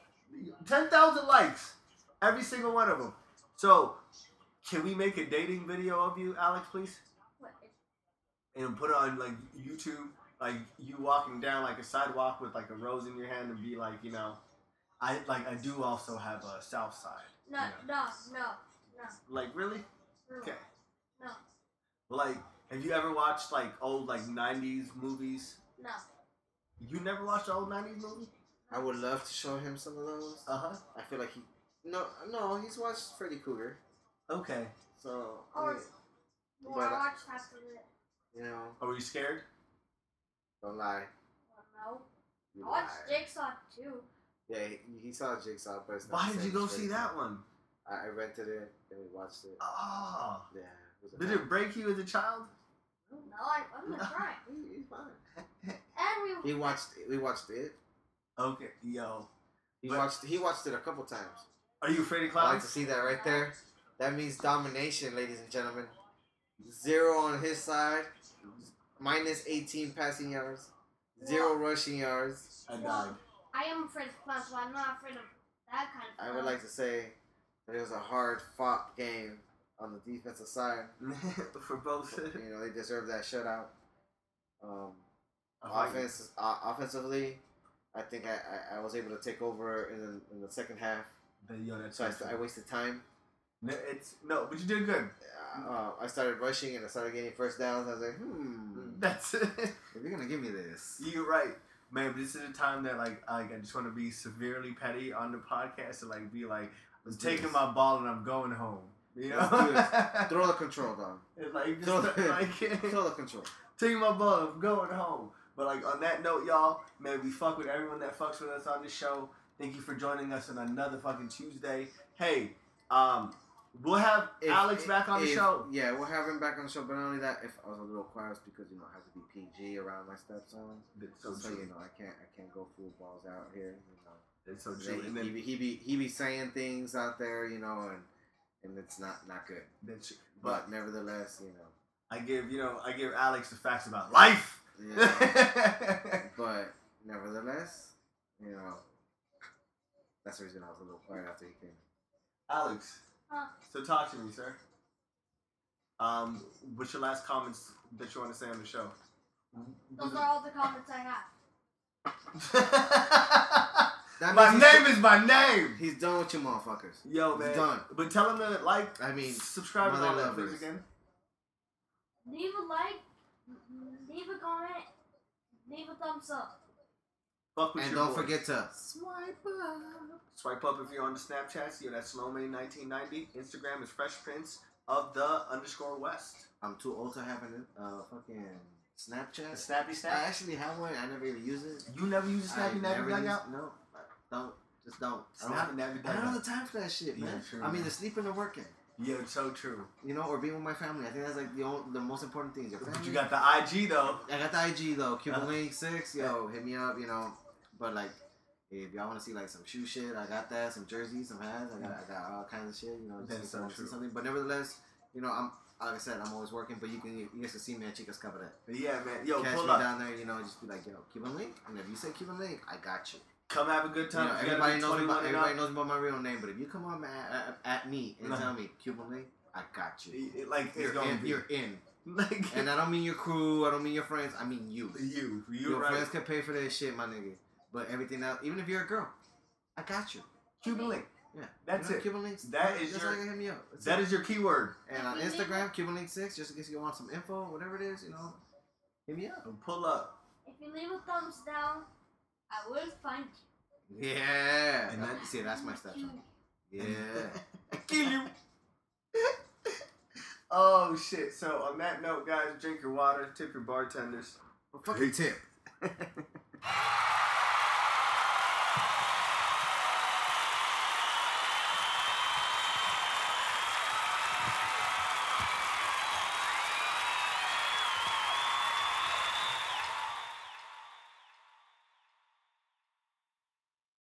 B: Ten thousand likes, every single one of them. So, can we make a dating video of you, Alex, please,
G: What, it's
B: and put it on like YouTube, like you walking down like a sidewalk with like a rose in your hand, and be like, you know, I like I do also have a South Side.
G: No,
B: Yeah.
G: no, no, no.
B: Like really?
G: no.
B: Okay.
G: No,
B: Like, have you ever watched like old like '90s movies?
G: no.
B: You never watched an old '90s movie?
C: I would love to show him some of those.
B: Uh huh.
C: I feel like he no no he's watched Freddy Cougar,
B: Okay.
C: so I
G: Or,
C: mean, But
G: well, I
C: uh, I-
G: watched half of it.
C: you know
B: Are you scared?
C: don't lie.
G: No.
C: You
G: I watched
C: lie.
G: Jigsaw too.
C: Yeah, he, he saw Jigsaw, but it's not
B: Why
C: the
B: did
C: same
B: you go
C: as
B: see
C: Freddy
B: that
C: Krueger.
B: one?
C: I, I rented it and we watched it.
B: Oh.
C: Yeah, it was a
B: Did
C: night.
B: it break you as a child?
G: No, I, I'm not crying.
C: He- he's fine.
G: And Then we
C: He watched. We watched it.
B: Okay, yo,
C: He
B: But-
C: watched. He watched it a couple times.
B: are you afraid of
C: I like to
B: clowns?
C: see that right there. That means domination, ladies and gentlemen. Zero on his side, minus 18 passing yards, zero rushing yards.
B: I died.
G: I am afraid of clowns, so I'm not afraid of that kind of.
C: I would like to say that it was a hard fought game on the defensive side.
B: For both.
C: You know, they deserve that shutout. Um,
B: I like-
C: offense, uh, offensively, I think I, I, I was able to take over in the, in the second half,
B: Yo, that's
C: so I, st- I wasted time.
B: No, It's no, but you did good.
C: Uh, I started rushing and I started getting first downs. I was like, hmm,
B: That's it.
C: if you're gonna give me this,
B: You're right, man. But this is a time that like I, I just want to be severely petty on the podcast and like be like, I'm
C: Let's do
B: taking
C: this.
B: my ball and I'm going home. You know,
C: Let's do this. Throw the control, dog.
B: It's like
C: Throw
B: just
C: the,
B: like
C: throw the control.
B: taking my ball, I'm going home. But like on that note, y'all, man, we fuck with everyone that fucks with us on this show. Thank you for joining us on another fucking Tuesday. Hey, um, we'll have
C: If-
B: Alex
C: if-
B: back on the
C: if-
B: show.
C: Yeah, we'll have him back on the show. But not only that, if I was a little quiet, it's because you know I have to be PG around my stepson. So, you know, I can't I can't go full balls out here. You know,
B: It's so
C: Say-
B: true. And
C: he,
B: then
C: be, he be he be saying things out there, you know, and and it's not not good.
B: that's-
C: But nevertheless, you know,
B: I give you know I give Alex the facts about life.
C: yeah. but nevertheless, you know, that's the reason I was a little quiet after he came.
B: Alex,
G: Huh.
B: so talk to me, sir. Um, what's your last comments that you want to say on the show?
G: Those are all the comments I have.
C: That
B: my
C: means he's-
B: name is my name.
C: He's done with you, motherfuckers.
B: Yo,
C: He's
B: man.
C: done.
B: But tell him to like,
C: I mean,
B: subscribe and all
C: mother
B: that things
C: lovers.
B: again.
G: Leave a like, leave a comment, leave a thumbs up.
B: Fuck with
C: and
B: your
C: don't
B: boy.
C: forget to
B: Swipe up if you're on the Snapchat. See that's Snowman1990. Instagram is Fresh Prince of the underscore West.
C: I'm too old to have an uh fucking Snapchat.
B: Snappy
C: I
B: Snap.
C: actually have one. I never even use it.
B: You never use a
C: I
B: Snappy Nappy
C: never use-
B: Dugout?
C: No, don't. Just don't. I
B: Snappy
C: don't,
B: Nappy
C: I don't have
B: Dugout.
C: the time for that shit,
B: Yeah,
C: man.
B: true,
C: I mean,
B: man.
C: the sleeping or working,
B: Yo, it's so true.
C: you know, or being with my family. I think that's like the only, the most important things. Your
B: But
C: family.
B: you got the IG though.
C: I got the IG though, Cuban
B: Uh,
C: Link Six. Yo, hit me up, you know. But like, if y'all want to see like some shoe shit, I got that. Some jerseys, some hats. I got, I got all kinds of shit. You know, just
B: That's
C: if
B: so
C: you wanna see
B: true.
C: something. But nevertheless, you know, I'm like I said, I'm always working. But you can you guys can see me at Chicas Cabaret.
B: Yeah, man. Yo,
C: Catch
B: pull
C: me
B: up.
C: down there, you know, just be like, yo, Cuban Link. And if you say Cuban Link, I got you.
B: Come have a good
C: You know,
B: time. If you gotta
C: everybody
B: be
C: knows
B: 21
C: about
B: and
C: everybody
B: up,
C: knows about my real name, but if you come up at, at, at me and
B: Nah.
C: tell me Cuban Link, I got you.
B: it- it- Like Uh-huh. it's
C: You're
B: gonna
C: in,
B: be
C: you're in.
B: like
C: And I don't mean your crew, I don't mean your friends, I mean you.
B: you. You're
C: Your
B: right.
C: friends can pay for that shit, my nigga. But everything else, even if you're a girl, I got you.
B: Cuban link.
C: Yeah.
B: That's
C: you know,
B: it.
C: Cuban Links.
B: That is
C: just
B: your-
C: like hit me up. That's
B: That
C: it.
B: is your keyword.
C: And on Instagram, Cuban Link Six, just in case you want some info, whatever it is, you know, hit me up.
B: Oh, Pull up.
G: If you leave a thumbs down, I will find you.
C: Yeah.
B: And
C: That-
B: that-
C: see, that's my stuff.
G: You-
C: Yeah.
B: Kill you. oh shit. So on that note, guys, drink your water, tip your bartenders.
C: Well, fucking tip.